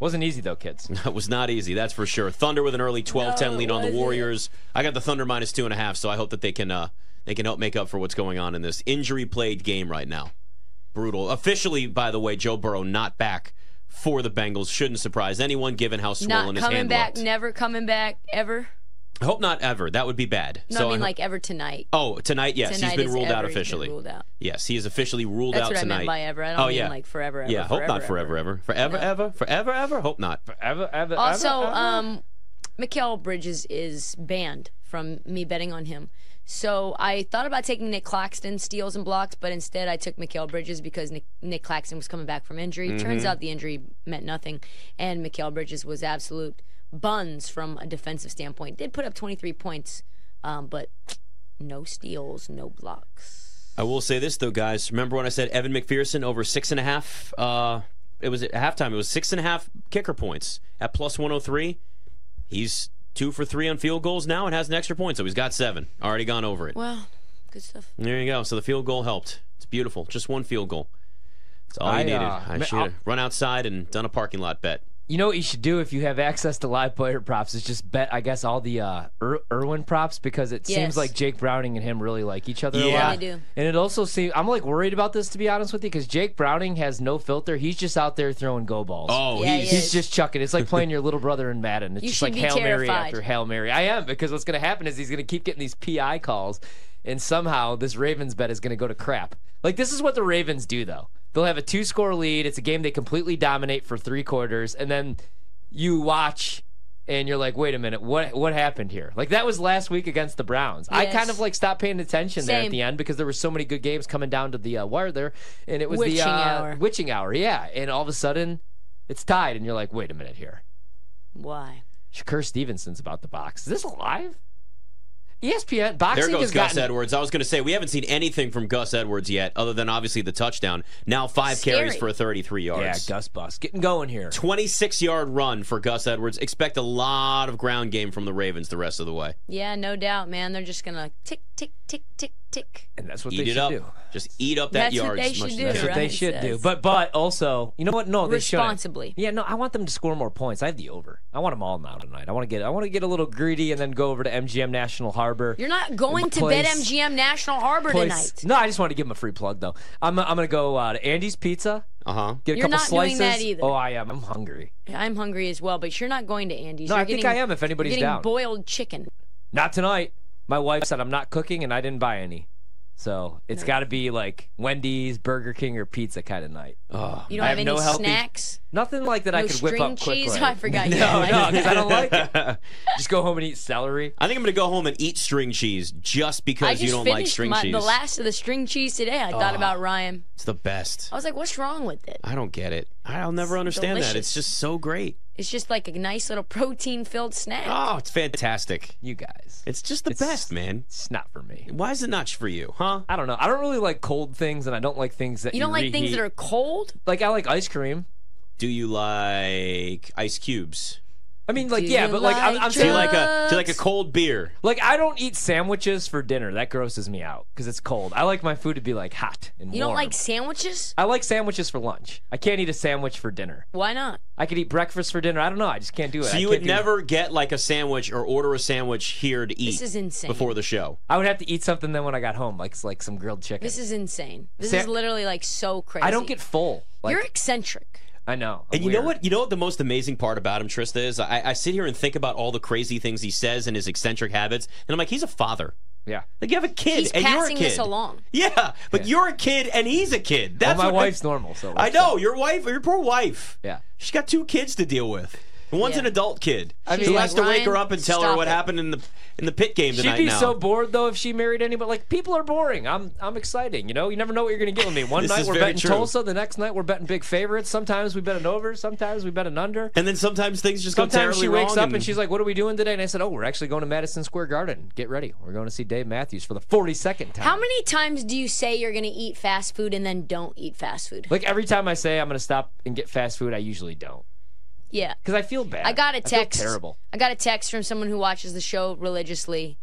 [SPEAKER 2] Wasn't easy though, kids.
[SPEAKER 1] That was not easy, that's for sure. Thunder with an early 12 10
[SPEAKER 4] No,
[SPEAKER 1] lead on the
[SPEAKER 4] was it?
[SPEAKER 1] Warriors. I got the Thunder minus two and a half, so I hope that they can uh, they can help make up for what's going on in this injury played game right now. Brutal. Officially, by the way, Joe Burrow not back for the Bengals. Shouldn't surprise anyone given how swollen
[SPEAKER 4] Not
[SPEAKER 1] his
[SPEAKER 4] coming
[SPEAKER 1] hand
[SPEAKER 4] back,
[SPEAKER 1] looked.
[SPEAKER 4] never coming back, ever.
[SPEAKER 1] I hope not ever. That would be bad.
[SPEAKER 4] No,
[SPEAKER 1] so
[SPEAKER 4] I mean
[SPEAKER 1] hope-
[SPEAKER 4] like ever tonight.
[SPEAKER 1] Oh, tonight, yes,
[SPEAKER 4] tonight
[SPEAKER 1] he's been
[SPEAKER 4] is
[SPEAKER 1] ruled
[SPEAKER 4] ever,
[SPEAKER 1] out
[SPEAKER 4] he's been
[SPEAKER 1] officially.
[SPEAKER 4] ruled out.
[SPEAKER 1] Yes, he is officially ruled
[SPEAKER 4] That's
[SPEAKER 1] out
[SPEAKER 4] what
[SPEAKER 1] tonight.
[SPEAKER 4] I meant by ever. I don't
[SPEAKER 1] oh
[SPEAKER 4] mean
[SPEAKER 1] yeah,
[SPEAKER 4] like forever. ever,
[SPEAKER 1] yeah. Hope
[SPEAKER 4] forever,
[SPEAKER 1] not forever ever. Forever ever. Forever ever. Hope not.
[SPEAKER 2] Ever, ever,
[SPEAKER 4] Also,
[SPEAKER 2] ever, ever?
[SPEAKER 4] um, Mikael Bridges is banned from me betting on him. So I thought about taking Nick Claxton steals and blocks, but instead I took Mikael Bridges because Nick, Nick Claxton was coming back from injury. Turns out the injury meant nothing, and Mikael Bridges was absolute buns from a defensive standpoint. Did put up 23 points, um, but no steals, no blocks.
[SPEAKER 1] I will say this though, guys. Remember when I said Evan McPherson over six and a half? Uh, it was at halftime. It was six and a half kicker points at plus one hundred three. He's two for three on field goals now and has an extra point, so he's got seven. Already gone over it.
[SPEAKER 4] Well, good stuff.
[SPEAKER 1] There you go. So the field goal helped. It's beautiful. Just one field goal. That's all
[SPEAKER 2] I,
[SPEAKER 1] you needed.
[SPEAKER 2] uh,
[SPEAKER 1] I
[SPEAKER 2] ma-
[SPEAKER 1] should
[SPEAKER 2] I'll-
[SPEAKER 1] have run outside and done a parking lot bet.
[SPEAKER 2] You know what you should do if you have access to live player props is just bet, I guess, all the uh, Ir- Irwin props because it seems
[SPEAKER 4] Yes.
[SPEAKER 2] like Jake Browning and him really like each other
[SPEAKER 1] Yeah.
[SPEAKER 2] a lot.
[SPEAKER 4] They do.
[SPEAKER 2] And it also seems I'm like worried about this to be honest with you because Jake Browning has no filter. He's just out there throwing go balls.
[SPEAKER 1] Oh,
[SPEAKER 4] Yeah,
[SPEAKER 1] he's
[SPEAKER 4] yeah.
[SPEAKER 2] He's just chucking. It's like playing your little brother in Madden. It's
[SPEAKER 4] You
[SPEAKER 2] just
[SPEAKER 4] should
[SPEAKER 2] like
[SPEAKER 4] be
[SPEAKER 2] Hail Mary
[SPEAKER 4] terrified.
[SPEAKER 2] after Hail Mary. I am because what's going to happen is he's going to keep getting these PI calls, and somehow this Ravens bet is going to go to crap. Like this is what the Ravens do though. They'll have a two-score lead. It's a game they completely dominate for three quarters, and then you watch. And you're like, wait a minute, what what happened here? Like that was last week against the Browns. I
[SPEAKER 4] Yes.
[SPEAKER 2] kind of like stopped paying attention there at
[SPEAKER 4] Same.
[SPEAKER 2] the end because there were so many good games coming down to the uh, wire there, and it was
[SPEAKER 4] Witching
[SPEAKER 2] the uh,
[SPEAKER 4] hour.
[SPEAKER 2] witching hour, yeah. And all of a sudden, it's tied, and you're like, wait a minute here.
[SPEAKER 4] Why?
[SPEAKER 2] Shakur Stevenson's about the box. Is this E live? ESPN boxing
[SPEAKER 1] There goes
[SPEAKER 2] has
[SPEAKER 1] Gus
[SPEAKER 2] gotten.
[SPEAKER 1] Edwards. I was going to say we haven't seen anything from Gus Edwards yet, other than obviously the touchdown. Now five carries
[SPEAKER 4] Scary.
[SPEAKER 1] for thirty-three yards.
[SPEAKER 2] Yeah, Gus Bus getting going here.
[SPEAKER 1] 26 yard run for Gus Edwards. Expect a lot of ground game from the Ravens the rest of the way.
[SPEAKER 4] Yeah, no doubt, man. They're just gonna tick, tick, tick, tick, tick.
[SPEAKER 2] And that's what
[SPEAKER 1] Eat
[SPEAKER 2] they
[SPEAKER 1] it
[SPEAKER 2] should
[SPEAKER 1] up.
[SPEAKER 2] do.
[SPEAKER 1] Just eat up that
[SPEAKER 4] That's what
[SPEAKER 1] yard
[SPEAKER 4] they
[SPEAKER 1] as much
[SPEAKER 4] should
[SPEAKER 1] as
[SPEAKER 4] do,
[SPEAKER 1] they
[SPEAKER 2] That's
[SPEAKER 1] can.
[SPEAKER 2] what they
[SPEAKER 4] Ryan
[SPEAKER 2] should do.
[SPEAKER 4] says.
[SPEAKER 2] But but also, you know what? No, they shouldn't.
[SPEAKER 4] Responsibly.
[SPEAKER 2] Yeah, no, I want them to score more points. I have the over. I want them all now tonight. I want to get I want to get a little greedy and then go over to MGM National Harbor.
[SPEAKER 4] You're not going to
[SPEAKER 2] Place-
[SPEAKER 4] BetMGM National Harbor
[SPEAKER 2] place.
[SPEAKER 4] tonight.
[SPEAKER 2] No, I just want to give them a free plug though. I'm I'm gonna go uh, to Andy's Pizza.
[SPEAKER 1] Uh huh.
[SPEAKER 2] Get a
[SPEAKER 4] You're
[SPEAKER 2] couple
[SPEAKER 4] not doing
[SPEAKER 2] slices.
[SPEAKER 4] that either.
[SPEAKER 2] Oh, I am. I'm hungry.
[SPEAKER 4] I'm hungry as well, but you're not going to Andy's.
[SPEAKER 2] No,
[SPEAKER 4] You're
[SPEAKER 2] I think
[SPEAKER 4] getting-
[SPEAKER 2] I am if anybody's
[SPEAKER 4] you're getting
[SPEAKER 2] down.
[SPEAKER 4] boiled chicken.
[SPEAKER 2] Not tonight. My wife said I'm not cooking, and I didn't buy any. So it's got to be like Wendy's, Burger King, or pizza kind of night.
[SPEAKER 4] You don't
[SPEAKER 2] Oh, I
[SPEAKER 4] have,
[SPEAKER 2] have
[SPEAKER 4] any
[SPEAKER 2] no healthy-
[SPEAKER 4] snacks.
[SPEAKER 2] Nothing like that I
[SPEAKER 4] no
[SPEAKER 2] could
[SPEAKER 4] string
[SPEAKER 2] whip up
[SPEAKER 4] cheese.
[SPEAKER 2] quickly.
[SPEAKER 4] I forgot. you
[SPEAKER 2] No,
[SPEAKER 4] had
[SPEAKER 2] no,
[SPEAKER 4] that.
[SPEAKER 2] because I don't like it. Just go home and eat celery.
[SPEAKER 1] I think I'm going to go home and eat string cheese just
[SPEAKER 4] I
[SPEAKER 1] because
[SPEAKER 4] just
[SPEAKER 1] you don't
[SPEAKER 4] finished
[SPEAKER 1] like string
[SPEAKER 4] my,
[SPEAKER 1] cheese.
[SPEAKER 4] the last of the string cheese today. I
[SPEAKER 2] Oh.
[SPEAKER 4] thought about Ryan.
[SPEAKER 1] it's the best.
[SPEAKER 4] I was like, "What's wrong with it?
[SPEAKER 1] I don't get it. I'll never understand that. It's
[SPEAKER 4] delicious.
[SPEAKER 1] just so great.
[SPEAKER 4] It's just like a nice little protein-filled snack."
[SPEAKER 2] Ah,
[SPEAKER 1] Oh, it's fantastic.
[SPEAKER 2] You guys,
[SPEAKER 1] It's just the best, man.
[SPEAKER 2] it's not for me.
[SPEAKER 1] Why is it not for you, huh?
[SPEAKER 2] I don't know. I don't really like cold things, and I don't like things that
[SPEAKER 4] you don't like things that are cold?
[SPEAKER 2] like I like ice cream.
[SPEAKER 1] Do you like ice cubes?
[SPEAKER 2] I mean, like,
[SPEAKER 4] Do
[SPEAKER 2] yeah,
[SPEAKER 4] you
[SPEAKER 2] but like, I'm,
[SPEAKER 4] like
[SPEAKER 2] I'm
[SPEAKER 1] Do you
[SPEAKER 2] saying, like,
[SPEAKER 4] drugs?
[SPEAKER 1] like a do you like a cold beer?
[SPEAKER 2] like, I don't eat sandwiches for dinner. That grosses me out because it's cold. I like my food to be like hot and
[SPEAKER 4] You
[SPEAKER 2] warm.
[SPEAKER 4] don't like sandwiches?
[SPEAKER 2] I like sandwiches for lunch. I can't eat a sandwich for dinner.
[SPEAKER 4] Why not? I
[SPEAKER 2] I could eat breakfast for dinner. I don't know. I just can't do it.
[SPEAKER 1] So
[SPEAKER 2] I
[SPEAKER 1] you
[SPEAKER 2] can't
[SPEAKER 1] would
[SPEAKER 2] do-
[SPEAKER 1] never get like a sandwich or order a sandwich here to eat.
[SPEAKER 4] This is insane.
[SPEAKER 1] Before the show,
[SPEAKER 2] I would have to eat something then when I got home, like like some grilled chicken.
[SPEAKER 4] This is insane. This
[SPEAKER 2] Sa-
[SPEAKER 4] is literally like so crazy.
[SPEAKER 2] I don't get full. Like,
[SPEAKER 4] You're eccentric.
[SPEAKER 2] I know. I'm
[SPEAKER 1] and you know
[SPEAKER 2] weird.
[SPEAKER 1] what? You know what the most amazing part about him, Trista, is I, I sit here and think about all the crazy things he says and his eccentric habits, and I'm like, he's a father.
[SPEAKER 2] Yeah.
[SPEAKER 1] Like you have a kid,
[SPEAKER 4] He's
[SPEAKER 1] and you're a
[SPEAKER 4] passing
[SPEAKER 1] kid.
[SPEAKER 4] this along.
[SPEAKER 1] Yeah, but you're a kid and he's a kid. That's
[SPEAKER 2] Well, my
[SPEAKER 1] what
[SPEAKER 2] wife's normal, so
[SPEAKER 1] I know your wife, your poor wife.
[SPEAKER 2] Yeah.
[SPEAKER 1] she's got two kids to deal with. And one's
[SPEAKER 4] Yeah.
[SPEAKER 1] an adult kid. I
[SPEAKER 4] mean,
[SPEAKER 1] mean, who has
[SPEAKER 4] like,
[SPEAKER 1] to wake her
[SPEAKER 4] Ryan,
[SPEAKER 1] up and tell her
[SPEAKER 4] stop
[SPEAKER 1] what
[SPEAKER 4] it.
[SPEAKER 1] happened in the in the pit game tonight.
[SPEAKER 2] She'd be
[SPEAKER 1] now.
[SPEAKER 2] so bored though if she married anybody. Like people are boring. I'm I'm exciting. You know, you never know what you're gonna get with me. One
[SPEAKER 1] This
[SPEAKER 2] night
[SPEAKER 1] is
[SPEAKER 2] we're
[SPEAKER 1] very
[SPEAKER 2] betting
[SPEAKER 1] true.
[SPEAKER 2] Tulsa, the next night we're betting big favorites. Sometimes we bet an over, sometimes we bet an under.
[SPEAKER 1] and then sometimes things just go
[SPEAKER 2] Sometimes
[SPEAKER 1] terribly
[SPEAKER 2] she wakes
[SPEAKER 1] wrong
[SPEAKER 2] up and she's like, "What are we doing today?" And I said, "Oh, we're actually going to Madison Square Garden. Get ready. We're going to see Dave Matthews for the 42nd time."
[SPEAKER 4] How many times do you say you're going to eat fast food and then don't eat fast food?
[SPEAKER 2] Like every time I say I'm going to stop and get fast food, I usually don't
[SPEAKER 4] yeah.
[SPEAKER 2] because I feel bad.
[SPEAKER 4] I got a
[SPEAKER 2] feel
[SPEAKER 4] text.
[SPEAKER 2] terrible.
[SPEAKER 4] I got a text from someone who watches the show religiously.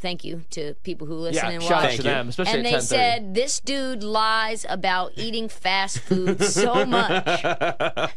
[SPEAKER 4] Thank you to people who listen
[SPEAKER 2] Yeah,
[SPEAKER 4] and
[SPEAKER 2] shout out
[SPEAKER 4] watch.
[SPEAKER 2] to
[SPEAKER 1] you.
[SPEAKER 2] them, especially
[SPEAKER 4] and
[SPEAKER 2] at
[SPEAKER 4] they
[SPEAKER 2] 10:30.
[SPEAKER 4] said this dude lies about eating fast food so much. that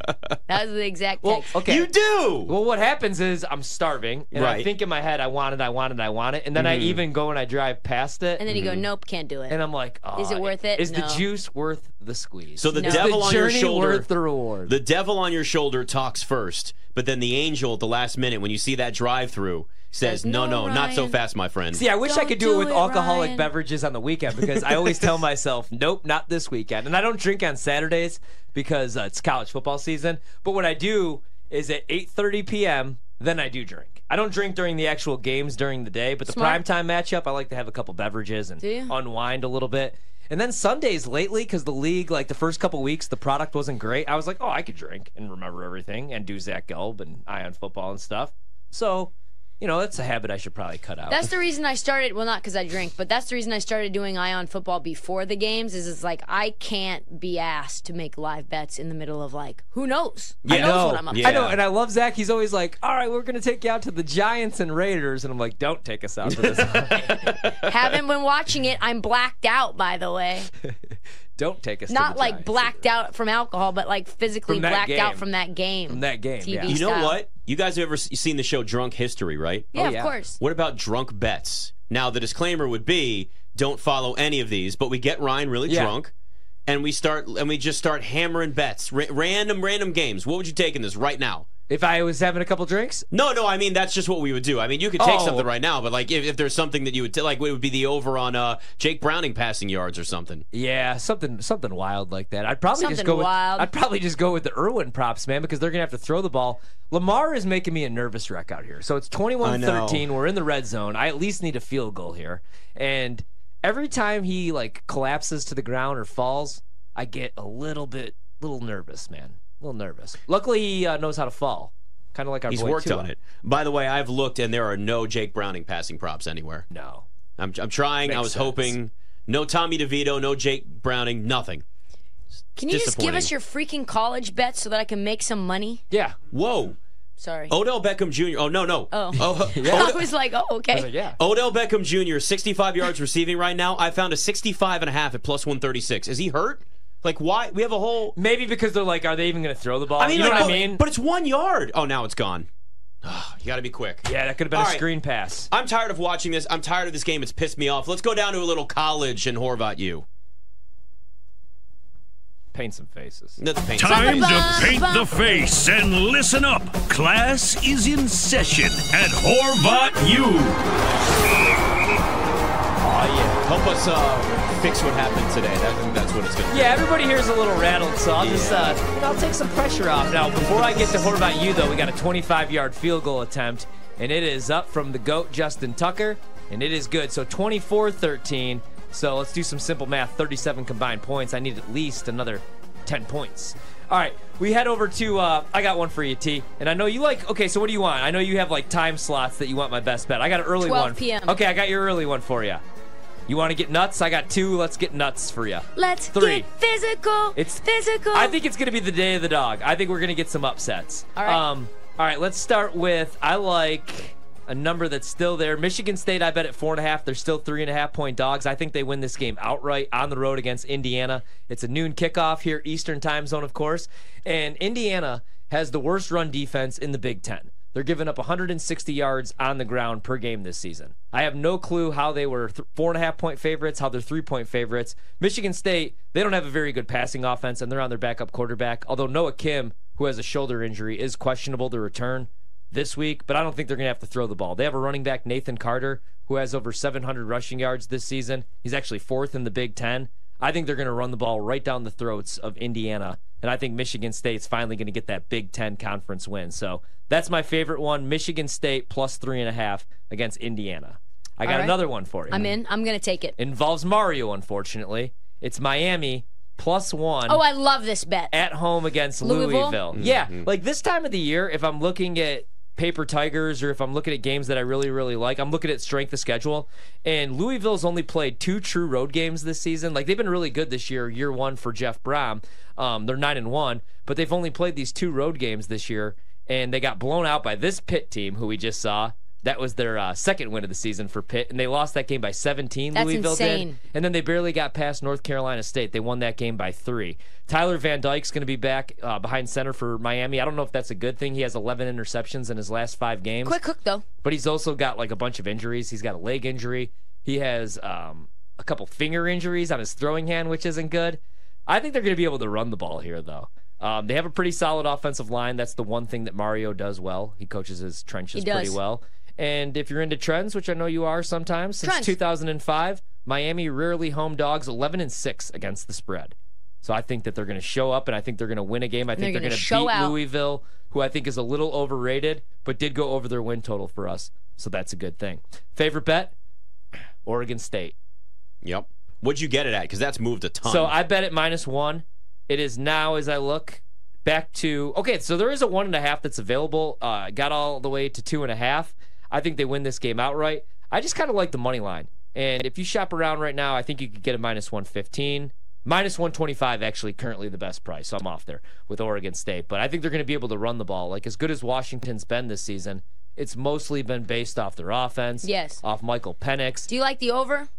[SPEAKER 4] was the exact
[SPEAKER 2] well,
[SPEAKER 4] text.
[SPEAKER 2] okay.
[SPEAKER 1] "You do."
[SPEAKER 2] Well, what happens is I'm starving, and I
[SPEAKER 1] Right. Mm-hmm.
[SPEAKER 2] think in my head, I want it, I want it, I want it, and then I even go and I drive past it,
[SPEAKER 4] and then you go, nope, can't do it.
[SPEAKER 2] Mm-hmm. and I'm like, oh,
[SPEAKER 4] Is it worth it?
[SPEAKER 2] Is the
[SPEAKER 4] No.
[SPEAKER 2] juice worth the squeeze?
[SPEAKER 1] so the
[SPEAKER 4] No.
[SPEAKER 2] Is
[SPEAKER 1] devil
[SPEAKER 2] the
[SPEAKER 1] on your
[SPEAKER 2] journey
[SPEAKER 1] shoulder.
[SPEAKER 2] worth the reward?
[SPEAKER 1] The devil on your shoulder talks first, but then the angel at the last minute, when you see that drive-through, says, "No, no,
[SPEAKER 4] "No,
[SPEAKER 1] not so
[SPEAKER 4] Ryan."
[SPEAKER 1] fast, my friend."
[SPEAKER 2] See, I wish I
[SPEAKER 4] Don't
[SPEAKER 2] could do, it
[SPEAKER 4] do
[SPEAKER 2] with
[SPEAKER 4] it,
[SPEAKER 2] alcoholic
[SPEAKER 4] Ryan.
[SPEAKER 2] beverages on the weekend because I always tell myself, nope, not this weekend. And I don't drink on Saturdays because uh, it's college football season. But what I do is at 8:30 p.m., then I do drink. I don't drink during the actual games during the day, but the prime time
[SPEAKER 4] Smart.
[SPEAKER 2] matchup, I like to have a couple beverages and
[SPEAKER 4] you?
[SPEAKER 2] unwind a little bit. And then Sundays lately, because the league, like the first couple weeks, the product wasn't great. I was like, oh, I could drink and remember everything and do Zach Gelb and Eye on Football and stuff. So, you know, that's a habit I should probably cut out.
[SPEAKER 4] That's the reason I started. Well, not because I drink, but that's the reason I started doing Ion football before the games. Is it's like I can't be asked to make live bets in the middle of like who knows? Who
[SPEAKER 1] Yeah.
[SPEAKER 4] knows
[SPEAKER 1] No.
[SPEAKER 4] what I'm up.
[SPEAKER 1] Yeah.
[SPEAKER 4] to?
[SPEAKER 2] I know, and I love Zach. He's always like, "All right, we're gonna take you out to the Giants and Raiders," and I'm like, "Don't take us out to this.
[SPEAKER 4] Haven't been watching it. I'm blacked out, by the way.
[SPEAKER 2] Don't take us." to
[SPEAKER 4] Not
[SPEAKER 2] the
[SPEAKER 4] like
[SPEAKER 2] Giants."
[SPEAKER 4] blacked out from alcohol, but like physically
[SPEAKER 2] From that
[SPEAKER 4] blacked out
[SPEAKER 2] game.
[SPEAKER 4] from that game.
[SPEAKER 2] From that game,
[SPEAKER 4] TV
[SPEAKER 2] yeah.
[SPEAKER 1] you know
[SPEAKER 4] style.
[SPEAKER 1] what? You guys have ever s- seen the show Drunk History, right?
[SPEAKER 4] Yeah,
[SPEAKER 2] Oh, yeah.
[SPEAKER 4] of course.
[SPEAKER 1] What about drunk bets? Now, the disclaimer would be don't follow any of these, but we get Ryan really
[SPEAKER 2] Yeah.
[SPEAKER 1] drunk and we start and we just start hammering bets, ra- random random games. What would you take in this right now?
[SPEAKER 2] If I was having a couple drinks,
[SPEAKER 1] No, no, I mean that's just what we would do. I mean, you could take
[SPEAKER 2] Oh.
[SPEAKER 1] something right now, but like if, if there's something that you would t- like, it would be the over on uh, Jake Browning passing yards or something.
[SPEAKER 2] yeah, something something wild like that. I'd probably just
[SPEAKER 4] Something
[SPEAKER 2] go.
[SPEAKER 4] wild.
[SPEAKER 2] With, I'd probably just go with the Irwin props, man, because they're gonna have to throw the ball. Lamar is making me a nervous wreck out here. So it's 21-13. We're in the red zone. I at least need a field goal here, and every time he like collapses to the ground or falls, I get a little bit, little nervous, man. A little nervous. Luckily, he uh, knows how to fall, kind of like our
[SPEAKER 1] He's
[SPEAKER 2] boy
[SPEAKER 1] worked
[SPEAKER 2] Tua.
[SPEAKER 1] on it. By the way, I've looked and there are no Jake Browning passing props anywhere.
[SPEAKER 2] No,
[SPEAKER 1] I'm, I'm trying. I
[SPEAKER 2] Makes
[SPEAKER 1] was
[SPEAKER 2] sense.
[SPEAKER 1] hoping no Tommy DeVito, no Jake Browning, nothing.
[SPEAKER 4] Can you just give
[SPEAKER 1] Disappointing.
[SPEAKER 4] us your freaking college bets so that I can make some money?
[SPEAKER 2] yeah,
[SPEAKER 1] Whoa.
[SPEAKER 4] Sorry.
[SPEAKER 1] Odell Beckham Jr. Oh no no.
[SPEAKER 4] Oh. I
[SPEAKER 1] Odell,
[SPEAKER 4] was like, oh, okay.
[SPEAKER 2] yeah.
[SPEAKER 1] Odell Beckham Jr. 65 yards receiving right now. I found a 65 and a half at plus 136. Is he hurt? Like why? We have a whole.
[SPEAKER 2] Maybe because they're like, are they even going to throw the ball? you know
[SPEAKER 1] like,
[SPEAKER 2] what I
[SPEAKER 1] but-
[SPEAKER 2] mean?
[SPEAKER 1] But it's one yard. Oh now it's gone. Ah, you got to be quick.
[SPEAKER 2] yeah, that could have been
[SPEAKER 1] All
[SPEAKER 2] a
[SPEAKER 1] right.
[SPEAKER 2] screen pass.
[SPEAKER 1] I'm tired of watching this. I'm tired of this game. It's pissed me off. Let's go down to a little college and Horvat you.
[SPEAKER 2] Paint some faces.
[SPEAKER 1] That's a pain.
[SPEAKER 5] Time to paint the face and listen up. Class is in session at Horvat U.
[SPEAKER 1] Help us uh, fix what happened today. That, I think that's what it's going to
[SPEAKER 2] Yeah, everybody here's a little rattled, so I'll just uh, you know, I'll take some pressure off. Now, before I get to what about you though, we got a 25-yard field goal attempt, and it is up from the goat Justin Tucker, and it is good. So 24-13. So let's do some simple math. 37 combined points. I need at least another 10 points. All right, we head over to. Uh, I got one for you, T. And I know you like. Okay, so what do you want? I know you have like time slots that you want my best bet. I got an early
[SPEAKER 4] 12
[SPEAKER 2] one.
[SPEAKER 4] p.m..
[SPEAKER 2] Okay, I got your early one for you. You want to get nuts? I got two. Let's get nuts for you.
[SPEAKER 4] Let's
[SPEAKER 2] Three.
[SPEAKER 4] get physical.
[SPEAKER 2] It's
[SPEAKER 4] physical.
[SPEAKER 2] I think it's going to be the day of the dog. I think we're going to get some upsets.
[SPEAKER 4] All right.
[SPEAKER 2] Um, All right, let's start with I like a number that's still there. Michigan State, I bet at four and a half. They're still three and a half point dogs. I think they win this game outright on the road against Indiana. It's a noon kickoff here, Eastern time zone, of course. And Indiana has the worst run defense in the Big Ten. They're giving up 160 yards on the ground per game this season. I have no clue how they were th- four and a half point favorites, how they're three point favorites. Michigan State, they don't have a very good passing offense, and they're on their backup quarterback. Although Noah Kim, who has a shoulder injury, is questionable to return this week, but I don't think they're going to have to throw the ball. They have a running back, Nathan Carter, who has over 700 rushing yards this season. He's actually fourth in the Big Ten. I think they're going to run the ball right down the throats of Indiana. And I think Michigan State's finally going to get that Big Ten conference win. So that's my favorite one Michigan State plus three and a half against Indiana. I got
[SPEAKER 4] right.
[SPEAKER 2] another one for you.
[SPEAKER 4] I'm in. I'm gonna take it.
[SPEAKER 2] Involves Mario, unfortunately. It's Miami plus one
[SPEAKER 4] Oh, I love this bet.
[SPEAKER 2] at home against Louisville.
[SPEAKER 4] Louisville?
[SPEAKER 2] Yeah, like this time of the year, if I'm looking at paper tigers or if I'm looking at games that I really really like, I'm looking at strength of schedule. And Louisville's only played two true road games this season. Like they've been really good this year. Year one for Jeff Brom, um, they're nine and one, but they've only played these two road games this year, and they got blown out by this Pitt team who we just saw. That was their uh, second win of the season for Pitt, and they lost that game by 17.
[SPEAKER 4] That's
[SPEAKER 2] Louisville did,
[SPEAKER 4] insane.
[SPEAKER 2] and then they barely got past North Carolina State. They won that game by three. Tyler Van Dyke's going to be back uh, behind center for Miami. I don't know if that's a good thing. He has 11 interceptions in his last five games,
[SPEAKER 4] Quick hook though.
[SPEAKER 2] but he's also got like a bunch of injuries. He's got a leg injury. He has um, a couple finger injuries on his throwing hand, which isn't good. I think they're going to be able to run the ball here, though. Um, they have a pretty solid offensive line. That's the one thing that Mario does well. He coaches his trenches
[SPEAKER 4] He does.
[SPEAKER 2] pretty well. And if you're into trends, which I know you are sometimes, since
[SPEAKER 4] Trends.
[SPEAKER 2] 2005, Miami rarely home dogs 11 and 6 against the spread. So I think that they're going to show up and I think they're going to win a game. I think they're
[SPEAKER 4] they're
[SPEAKER 2] going
[SPEAKER 4] gonna
[SPEAKER 2] to
[SPEAKER 4] show
[SPEAKER 2] beat
[SPEAKER 4] out.
[SPEAKER 2] Louisville, who I think is a little overrated, but did go over their win total for us. So that's a good thing. Favorite bet? Oregon State.
[SPEAKER 1] Yep. What'd you get it at? Because that's moved a ton.
[SPEAKER 2] So I bet it minus one. It is now as I look back to okay. So there is a one and a half that's available. Uh, got all the way to two and a half. I think they win this game outright. I just kind of like the money line. And if you shop around right now, I think you could get a minus one fifteen. Minus 125 actually currently the best price. So I'm off there with Oregon State, but I think they're going to be able to run the ball. Like as good as Washington's been this season, it's mostly been based off their offense.
[SPEAKER 4] Yes.
[SPEAKER 2] Off Michael Penix.
[SPEAKER 4] Do you like the over?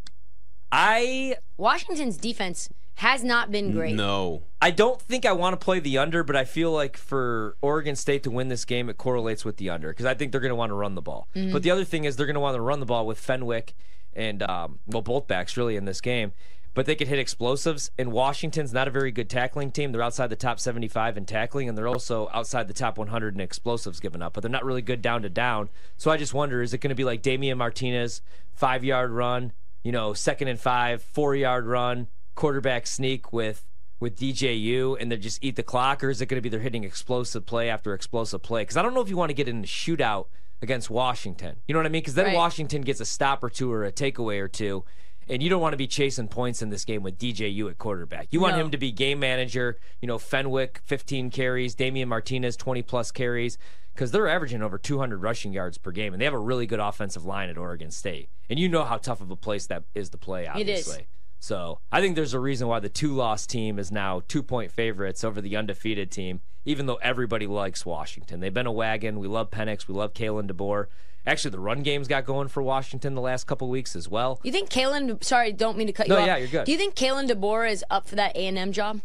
[SPEAKER 2] I
[SPEAKER 4] Washington's defense has not been great.
[SPEAKER 1] no.
[SPEAKER 2] I don't think I want to play the under, but I feel like for Oregon State to win this game, it correlates with the under because I think they're going to want to run the ball. But the other thing is they're going to want to run the ball with Fenwick and um, well both backs really in this game. But they could hit explosives, and Washington's not a very good tackling team. They're outside the top 75 in tackling, and they're also outside the top 100 in explosives given up. But they're not really good down to down. So I just wonder, is it going to be like Damian Martinez five yard run, you know, second and five, four yard run, quarterback sneak with with DJU and they just eat the clock, or is it going to be they're hitting explosive play after explosive play? Because I don't know if you want to get in a shootout against Washington. You know what I mean? Because then
[SPEAKER 4] Right.
[SPEAKER 2] Washington gets a stop or two or a takeaway or two, and you don't want to be chasing points in this game with DJU at quarterback. You want
[SPEAKER 4] No.
[SPEAKER 2] him to be game manager. You know, Fenwick, 15 carries, Damian Martinez, 20 plus carries, because they're averaging over 200 rushing yards per game, and they have a really good offensive line at Oregon State. And you know how tough of a place that is to play,
[SPEAKER 4] It is.
[SPEAKER 2] obviously. So I think there's a reason why the two loss team is now two point favorites over the undefeated team, even though everybody likes Washington. They've been a wagon. We love Penix. We love Kalen DeBoer. Actually, the run game's got going for Washington the last couple weeks as well.
[SPEAKER 4] You think Kalen? Sorry, don't mean to cut
[SPEAKER 2] No,
[SPEAKER 4] you off.
[SPEAKER 2] yeah, you're good.
[SPEAKER 4] Do you think Kalen DeBoer is up for that A and M job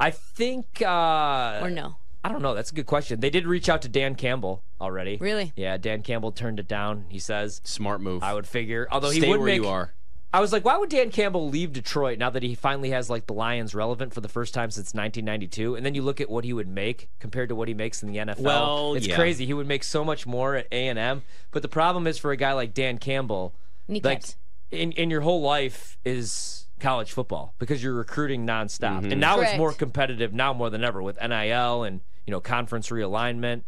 [SPEAKER 2] I think. Uh,
[SPEAKER 4] or no?
[SPEAKER 2] I don't know. That's a good question. They did reach out to Dan Campbell already.
[SPEAKER 4] Really?
[SPEAKER 2] Yeah, Dan Campbell turned it down. He says,
[SPEAKER 1] Smart move.
[SPEAKER 2] I would figure. Although he
[SPEAKER 1] Stay
[SPEAKER 2] would
[SPEAKER 1] where
[SPEAKER 2] make,
[SPEAKER 1] you are.
[SPEAKER 2] I was like, why would Dan Campbell leave Detroit now that he finally has like the Lions relevant for the first time since 1992? And then you look at what he would make compared to what he makes in the NFL.
[SPEAKER 1] Well,
[SPEAKER 2] it's
[SPEAKER 1] yeah.
[SPEAKER 2] crazy. He would make so much more at A and M. But the problem is for a guy like Dan Campbell, like
[SPEAKER 4] Kneecaps.
[SPEAKER 2] in in your whole life is college football because you're recruiting nonstop,
[SPEAKER 1] Mm-hmm.
[SPEAKER 2] and now it's
[SPEAKER 4] Correct.
[SPEAKER 2] more competitive now more than ever with NIL and you know conference realignment.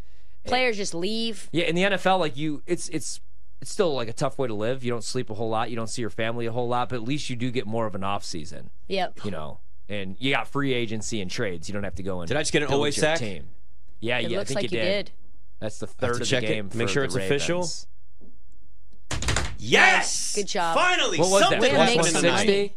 [SPEAKER 4] Players just leave.
[SPEAKER 2] Yeah, in the NFL, like you, it's it's it's still like a tough way to live. You don't sleep a whole lot. You don't see your family a whole lot, but at least you do get more of an off season.
[SPEAKER 4] Yep.
[SPEAKER 2] You know, and you got free agency and trades. You don't have to go and.
[SPEAKER 1] Did I just get an
[SPEAKER 2] build
[SPEAKER 1] OA
[SPEAKER 2] your
[SPEAKER 1] sack?
[SPEAKER 2] Team. Yeah,
[SPEAKER 4] It
[SPEAKER 2] yeah,
[SPEAKER 4] looks
[SPEAKER 2] I think
[SPEAKER 4] like
[SPEAKER 2] you
[SPEAKER 4] you did.
[SPEAKER 2] That's the third of the
[SPEAKER 1] check it,
[SPEAKER 2] game.
[SPEAKER 1] make
[SPEAKER 2] for
[SPEAKER 1] sure
[SPEAKER 2] the
[SPEAKER 1] it's official.
[SPEAKER 2] Ravens.
[SPEAKER 1] Yes.
[SPEAKER 4] Good job.
[SPEAKER 1] Finally,
[SPEAKER 2] What was
[SPEAKER 1] something
[SPEAKER 2] that?
[SPEAKER 4] Way to
[SPEAKER 2] Plus
[SPEAKER 4] make
[SPEAKER 1] happened
[SPEAKER 4] some
[SPEAKER 1] tonight.
[SPEAKER 4] money.
[SPEAKER 2] 160?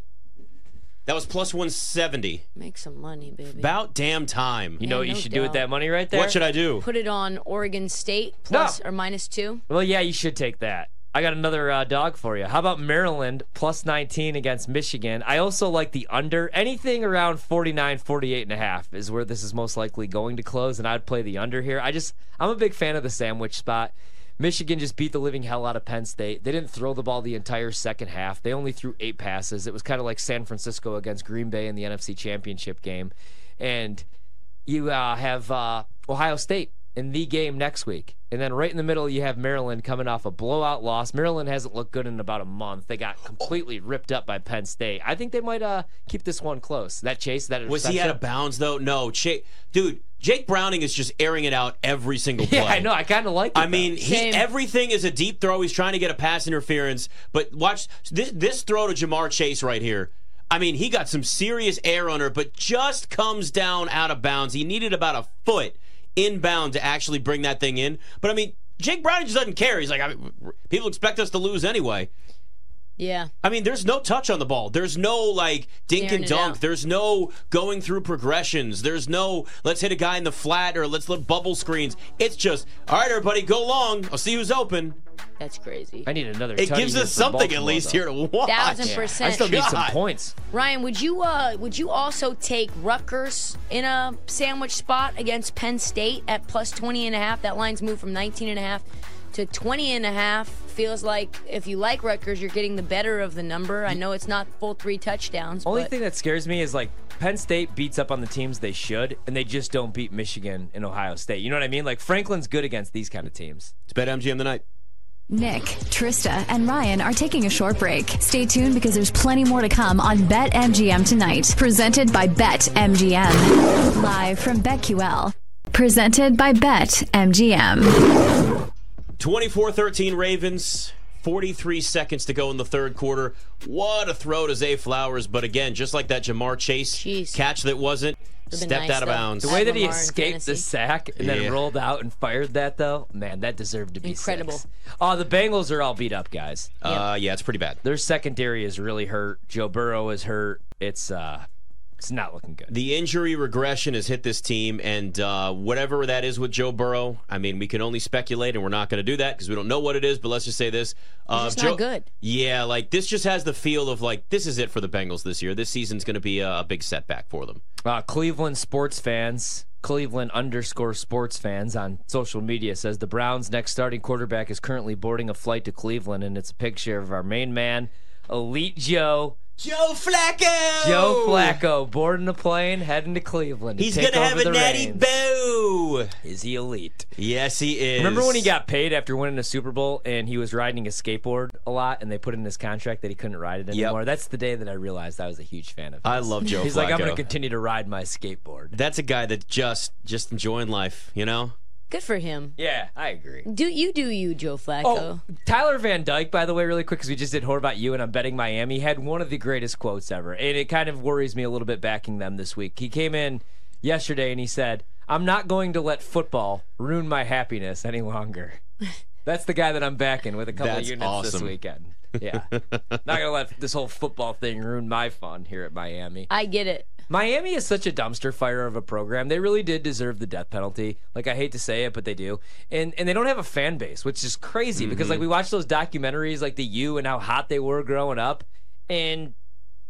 [SPEAKER 1] That was plus 170.
[SPEAKER 4] Make some money, baby.
[SPEAKER 1] About damn time.
[SPEAKER 2] You know what you
[SPEAKER 4] no
[SPEAKER 2] should do with
[SPEAKER 4] doubt.
[SPEAKER 2] that money right there?
[SPEAKER 1] What should I do?
[SPEAKER 4] Put it on Oregon State plus or minus two.
[SPEAKER 2] Well, yeah, you should take that. I got another uh, dog for you. How about Maryland plus 19 against Michigan? I also like the under. Anything around 49, 48 and a half is where this is most likely going to close, and I'd play the under here. I just, I'm a big fan of the sandwich spot. Michigan just beat the living hell out of Penn State. They didn't throw the ball the entire second half. They only threw eight passes. It was kind of like San Francisco against Green Bay in the NFC Championship game. And you uh, have uh, Ohio State in the game next week. And then right in the middle, you have Maryland coming off a blowout loss. Maryland hasn't looked good in about a month. They got completely ripped up by Penn State. I think they might uh, keep this one close. That chase, that
[SPEAKER 1] Was he out
[SPEAKER 2] interception-
[SPEAKER 1] of bounds though? No, Cha- dude. Jake Browning is just airing it out every single play.
[SPEAKER 2] Yeah, I know. I kind of like it.
[SPEAKER 1] I
[SPEAKER 2] though.
[SPEAKER 1] mean, he,
[SPEAKER 4] Same.
[SPEAKER 1] everything is a deep throw. He's trying to get a pass interference, but watch this, this throw to Jamar Chase right here. I mean, he got some serious air on her, but just comes down out of bounds. He needed about a foot inbound to actually bring that thing in. But I mean, Jake Browning just doesn't care. He's like, I mean, people expect us to lose anyway.
[SPEAKER 4] Yeah.
[SPEAKER 1] I mean, there's no touch on the ball. There's no like dink
[SPEAKER 4] Airing
[SPEAKER 1] and
[SPEAKER 4] it
[SPEAKER 1] dunk.
[SPEAKER 4] out.
[SPEAKER 1] There's no going through progressions. There's no let's hit a guy in the flat or let's let bubble screens. It's just all right, everybody, go long. I'll see who's open.
[SPEAKER 4] That's crazy.
[SPEAKER 2] I need another.
[SPEAKER 1] It
[SPEAKER 2] tutty
[SPEAKER 1] gives
[SPEAKER 2] here
[SPEAKER 1] us
[SPEAKER 2] for
[SPEAKER 1] something at
[SPEAKER 2] Baltimore,
[SPEAKER 1] least
[SPEAKER 2] though.
[SPEAKER 1] here to watch.
[SPEAKER 4] Thousand
[SPEAKER 2] I
[SPEAKER 4] percent.
[SPEAKER 2] still need some
[SPEAKER 1] God.
[SPEAKER 2] points.
[SPEAKER 4] Ryan, would you uh would you also take Rutgers in a sandwich spot against Penn State at plus 20 and a half? That line's moved from 19 and a half to 20 and a half. Feels like if you like Rutgers, you're getting the better of the number. I know it's not full three touchdowns.
[SPEAKER 2] Only
[SPEAKER 4] but
[SPEAKER 2] thing that scares me is like Penn State beats up on the teams they should, and they just don't beat Michigan and Ohio State. You know what I mean? Like Franklin's good against these kind of teams.
[SPEAKER 1] It's bet MGM tonight.
[SPEAKER 3] Nick, Trista, and Ryan are taking a short break. Stay tuned because there's plenty more to come on BetMGM tonight. Presented by BetMGM. Live from BetQL. Presented by BetMGM.
[SPEAKER 1] 24-13 Ravens. 43 seconds to go in the third quarter. What a throw to Zay Flowers, but again, just like that Jamar Chase
[SPEAKER 4] Jeez.
[SPEAKER 1] catch that wasn't
[SPEAKER 4] been
[SPEAKER 1] stepped
[SPEAKER 4] nice,
[SPEAKER 1] out of
[SPEAKER 4] though.
[SPEAKER 1] bounds.
[SPEAKER 2] The way
[SPEAKER 4] Add
[SPEAKER 2] that he
[SPEAKER 4] Lamar in
[SPEAKER 2] escaped the
[SPEAKER 4] fantasy.
[SPEAKER 2] sack and
[SPEAKER 1] Yeah.
[SPEAKER 2] then rolled out and fired that, though, man, that deserved to be
[SPEAKER 4] Incredible.
[SPEAKER 2] six. Oh, the Bengals are all beat up, guys.
[SPEAKER 1] Uh, yeah, it's pretty bad.
[SPEAKER 2] Their secondary is really hurt. Joe Burrow is hurt. It's uh, it's not looking good.
[SPEAKER 1] The injury regression has hit this team, and uh, whatever that is with Joe Burrow, I mean, we can only speculate, and we're not going to do that because we don't know what it is. But let's just say this: uh,
[SPEAKER 4] just
[SPEAKER 1] Joe-
[SPEAKER 4] not good.
[SPEAKER 1] Yeah, like this just has the feel of like this is it for the Bengals this year. This season's going to be a, a big setback for them.
[SPEAKER 2] Uh, Cleveland sports fans, Cleveland underscore sports fans on social media says the Browns' next starting quarterback is currently boarding a flight to Cleveland, and it's a picture of our main man, Elite Joe,
[SPEAKER 1] Joe Flacco.
[SPEAKER 2] Joe Flacco, boarding the plane, heading to Cleveland.
[SPEAKER 1] Oh. He's
[SPEAKER 2] going
[SPEAKER 1] going
[SPEAKER 2] to
[SPEAKER 1] to
[SPEAKER 2] take
[SPEAKER 1] have
[SPEAKER 2] over
[SPEAKER 1] a
[SPEAKER 2] the
[SPEAKER 1] natty
[SPEAKER 2] reins.
[SPEAKER 1] bow.
[SPEAKER 2] Is he elite?
[SPEAKER 1] Yes, he is.
[SPEAKER 2] Remember when he got paid after winning a Super Bowl and he was riding a skateboard a lot and they put in his contract that he couldn't ride it anymore? That's the day that I realized I was a huge fan of him.
[SPEAKER 1] I love Joe.
[SPEAKER 2] He's like, I'm going
[SPEAKER 1] Flacco."
[SPEAKER 2] to continue to ride my skateboard.
[SPEAKER 1] That's a guy that just just enjoying life, you know.
[SPEAKER 4] good for him.
[SPEAKER 2] Yeah, I agree.
[SPEAKER 4] Do you do you, Joe Flacco?
[SPEAKER 2] Oh, Tyler Van Dyke, by the way, really quick, because we just did Horvat You and I'm Betting Miami, had one of the greatest quotes ever. And it kind of worries me a little bit backing them this week. He came in yesterday and he said, I'm not going to let football ruin my happiness any longer. That's the guy that I'm backing with a couple
[SPEAKER 1] That's
[SPEAKER 2] of units this
[SPEAKER 1] awesome.
[SPEAKER 2] weekend. Yeah. not going to let this whole football thing ruin my fun here at Miami.
[SPEAKER 4] I get it.
[SPEAKER 2] Miami is such a dumpster fire of a program. They really did deserve the death penalty. Like I hate to say it, but they do. And and they don't have a fan base, which is crazy because like we watch those documentaries like the U and how hot they were growing up and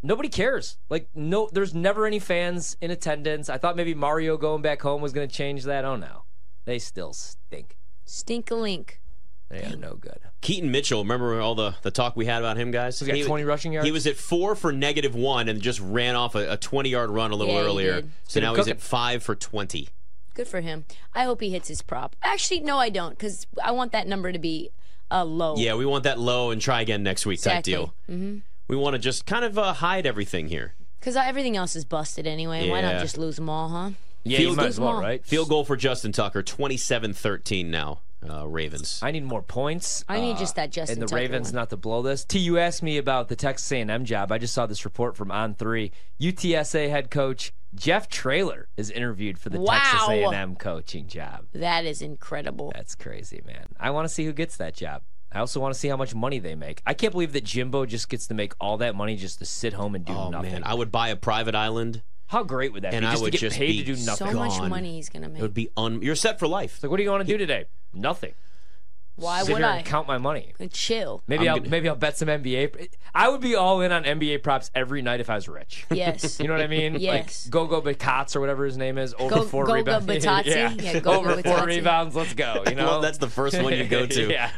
[SPEAKER 2] nobody cares. Like no there's never any fans in attendance. I thought maybe Mario going back home was going to change that. Oh no. They still stink.
[SPEAKER 4] Stink a link.
[SPEAKER 2] They are no good.
[SPEAKER 1] Keaton Mitchell, remember all the, the talk we had about him, guys?
[SPEAKER 2] He's got 20 rushing yards.
[SPEAKER 1] He was at four for negative one and just ran off a, a 20 yard run a little
[SPEAKER 4] Yeah, he
[SPEAKER 1] earlier.
[SPEAKER 4] did.
[SPEAKER 1] So now he's
[SPEAKER 2] cooking.
[SPEAKER 1] at five for 20.
[SPEAKER 4] Good for him. I hope he hits his prop. Actually, no, I don't, because I want that number to be uh, low.
[SPEAKER 1] Yeah, we want that low and try again next week
[SPEAKER 4] Exactly.
[SPEAKER 1] type deal. Mm-hmm. We want to just kind of uh, hide everything here.
[SPEAKER 4] Because everything else is busted anyway. Why
[SPEAKER 1] Yeah.
[SPEAKER 4] not just lose them all, huh?
[SPEAKER 2] Yeah,
[SPEAKER 1] Field
[SPEAKER 2] you might as well,
[SPEAKER 4] goal.
[SPEAKER 2] right?
[SPEAKER 1] Field goal for Justin Tucker, 27 13 now, uh, Ravens.
[SPEAKER 2] I need more points. uh,
[SPEAKER 4] I need just that Justin
[SPEAKER 2] and the
[SPEAKER 4] Tucker
[SPEAKER 2] Ravens
[SPEAKER 4] one.
[SPEAKER 2] not to blow this. T, you asked me about the Texas A&M job. I just saw this report from On Three. UTSA head coach Jeff Trailer is interviewed for the Texas
[SPEAKER 4] Wow.
[SPEAKER 2] A&M coaching job.
[SPEAKER 4] That is incredible.
[SPEAKER 2] That's crazy, man. I want to see who gets that job. I also want to see how much money they make. I can't believe that Jimbo just gets to make all that money just to sit home and do
[SPEAKER 1] Oh
[SPEAKER 2] nothing.
[SPEAKER 1] man, I would buy a private island.
[SPEAKER 2] how great would that
[SPEAKER 1] And
[SPEAKER 2] be?
[SPEAKER 1] I
[SPEAKER 2] Just
[SPEAKER 1] would
[SPEAKER 2] to get
[SPEAKER 1] just
[SPEAKER 2] paid
[SPEAKER 1] be
[SPEAKER 2] to do nothing.
[SPEAKER 4] So
[SPEAKER 2] It's
[SPEAKER 4] much
[SPEAKER 1] Gone.
[SPEAKER 4] money he's gonna
[SPEAKER 1] It
[SPEAKER 4] make.
[SPEAKER 1] would be un. You're set for life.
[SPEAKER 2] like, what do you want to do today? Nothing.
[SPEAKER 4] Why
[SPEAKER 2] Sit
[SPEAKER 4] would
[SPEAKER 2] here
[SPEAKER 4] I?
[SPEAKER 2] and count my money?
[SPEAKER 4] Chill.
[SPEAKER 2] Maybe
[SPEAKER 1] I'm
[SPEAKER 2] I'll
[SPEAKER 1] gonna-
[SPEAKER 2] maybe I'll bet some NBA. pr- I would be all in on NBA props every night if I was rich.
[SPEAKER 4] Yes.
[SPEAKER 2] You know what I mean?
[SPEAKER 4] Yes.
[SPEAKER 2] Like Gogo Bikats or whatever his name is. Over
[SPEAKER 4] Go-
[SPEAKER 2] four
[SPEAKER 4] Gogo
[SPEAKER 2] rebounds.
[SPEAKER 4] Bitadze?
[SPEAKER 2] yeah.
[SPEAKER 4] Yeah, Gogo
[SPEAKER 2] Over four
[SPEAKER 4] Bitadze.
[SPEAKER 2] rebounds. Let's go. You know.
[SPEAKER 1] Well, that's the first one you go to.
[SPEAKER 2] yeah.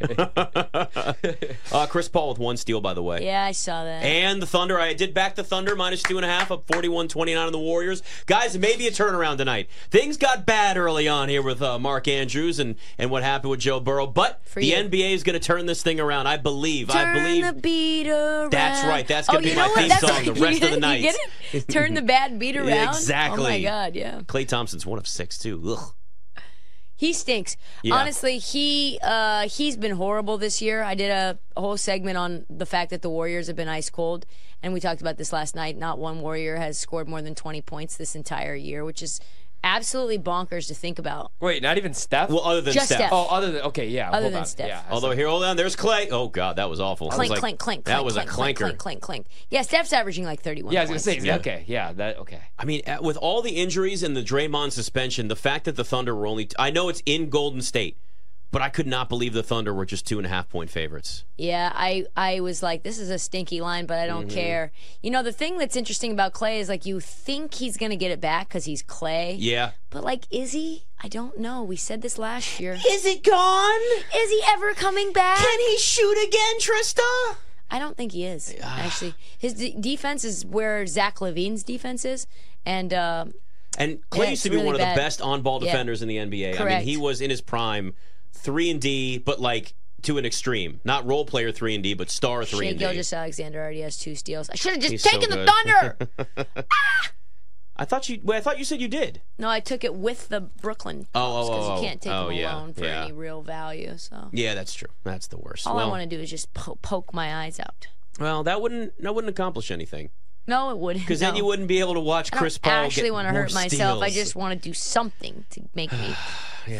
[SPEAKER 1] uh, Chris Paul with one steal, by the way.
[SPEAKER 4] Yeah, I saw that.
[SPEAKER 1] And the Thunder. I did back the Thunder minus two and a half, up 41 29 on the Warriors. Guys, maybe a turnaround tonight. Things got bad early on here with uh, Mark Andrews and, and what happened with Joe Burrow, but the
[SPEAKER 4] you.
[SPEAKER 1] NBA is going to turn this thing around. I believe. I
[SPEAKER 4] Turn
[SPEAKER 1] believe.
[SPEAKER 4] the beat around.
[SPEAKER 1] That's right. That's gonna
[SPEAKER 4] oh,
[SPEAKER 1] be
[SPEAKER 4] you
[SPEAKER 1] my
[SPEAKER 4] know what?
[SPEAKER 1] theme
[SPEAKER 4] That's
[SPEAKER 1] song the
[SPEAKER 4] you
[SPEAKER 1] rest of
[SPEAKER 4] get
[SPEAKER 1] the
[SPEAKER 4] it?
[SPEAKER 1] night.
[SPEAKER 4] You get it? Turn the bad beat around.
[SPEAKER 1] exactly.
[SPEAKER 4] Oh my god, yeah.
[SPEAKER 1] Clay Thompson's one of six, too. Ugh.
[SPEAKER 4] He stinks.
[SPEAKER 1] Yeah.
[SPEAKER 4] Honestly, he uh, he's been horrible this year. I did a whole segment on the fact that the Warriors have been ice cold, and we talked about this last night. Not one Warrior has scored more than twenty points this entire year, which is absolutely bonkers to think about.
[SPEAKER 2] Wait, not even Steph.
[SPEAKER 1] Well, other than
[SPEAKER 4] Just
[SPEAKER 1] Steph.
[SPEAKER 4] Steph.
[SPEAKER 2] oh, other than okay, yeah.
[SPEAKER 4] Other
[SPEAKER 2] hold
[SPEAKER 4] than
[SPEAKER 2] on.
[SPEAKER 4] Steph.
[SPEAKER 2] Yeah, I
[SPEAKER 1] Although here, hold on, there's Clay. Oh God, that was awful. I was
[SPEAKER 4] Clink,
[SPEAKER 1] like,
[SPEAKER 4] clank, clink, clink.
[SPEAKER 1] That was
[SPEAKER 4] clink,
[SPEAKER 1] a
[SPEAKER 4] clink,
[SPEAKER 1] clanker.
[SPEAKER 4] clink, clink, clink. Yeah, Steph's averaging like thirty-one.
[SPEAKER 2] Yeah, I was gonna
[SPEAKER 4] points.
[SPEAKER 2] say.
[SPEAKER 1] Yeah.
[SPEAKER 2] Okay, yeah. That okay.
[SPEAKER 1] I mean, uh, with all the injuries and the Draymond suspension, the fact that the Thunder were only—I know it's in Golden State, but I could not believe the Thunder were just two and a half point favorites.
[SPEAKER 4] Yeah, I, I was like, this is a stinky line, but I
[SPEAKER 1] Mm-hmm.
[SPEAKER 4] don't care. You know, the thing that's interesting about Clay is like, you think he's going to get it back because he's Clay.
[SPEAKER 1] Yeah,
[SPEAKER 4] But like, is he? I don't know. We said this last year. Is it gone? Is he ever coming back? Can he shoot again, Trista? I don't think he is. Actually, his d- defense is where Zach Levine's defense is, and um
[SPEAKER 1] and Clay
[SPEAKER 4] Yeah,
[SPEAKER 1] used to
[SPEAKER 4] it's
[SPEAKER 1] be
[SPEAKER 4] really
[SPEAKER 1] one of
[SPEAKER 4] bad.
[SPEAKER 1] the best on-ball
[SPEAKER 4] Yeah.
[SPEAKER 1] defenders in the NBA. I
[SPEAKER 4] Correct.
[SPEAKER 1] mean, he was in his prime, three and D, but like to an extreme, not role player three and D, but star three
[SPEAKER 4] Shea
[SPEAKER 1] and D. I
[SPEAKER 4] Gilgis Alexander already has two steals. I should have just
[SPEAKER 1] He's so
[SPEAKER 4] taken the
[SPEAKER 1] good.
[SPEAKER 4] Thunder.
[SPEAKER 1] thought you. Wait, I thought you said you did.
[SPEAKER 4] No, I took it with the Brooklyn.
[SPEAKER 1] Oh, oh,
[SPEAKER 4] because
[SPEAKER 1] oh,
[SPEAKER 4] you can't take
[SPEAKER 1] oh,
[SPEAKER 4] them
[SPEAKER 1] yeah,
[SPEAKER 4] alone for
[SPEAKER 1] yeah.
[SPEAKER 4] any real value. So
[SPEAKER 1] Yeah, that's true. That's the worst.
[SPEAKER 4] all
[SPEAKER 1] well,
[SPEAKER 4] I want to do is just po- poke my eyes out.
[SPEAKER 1] well, that wouldn't that wouldn't accomplish anything
[SPEAKER 4] No, it wouldn't.
[SPEAKER 1] because
[SPEAKER 4] no.
[SPEAKER 1] then you wouldn't be able to watch
[SPEAKER 4] I don't
[SPEAKER 1] Chris Paul.
[SPEAKER 4] actually
[SPEAKER 1] get
[SPEAKER 4] want to
[SPEAKER 1] more
[SPEAKER 4] hurt myself. I
[SPEAKER 1] steals.
[SPEAKER 4] just want to do something to make me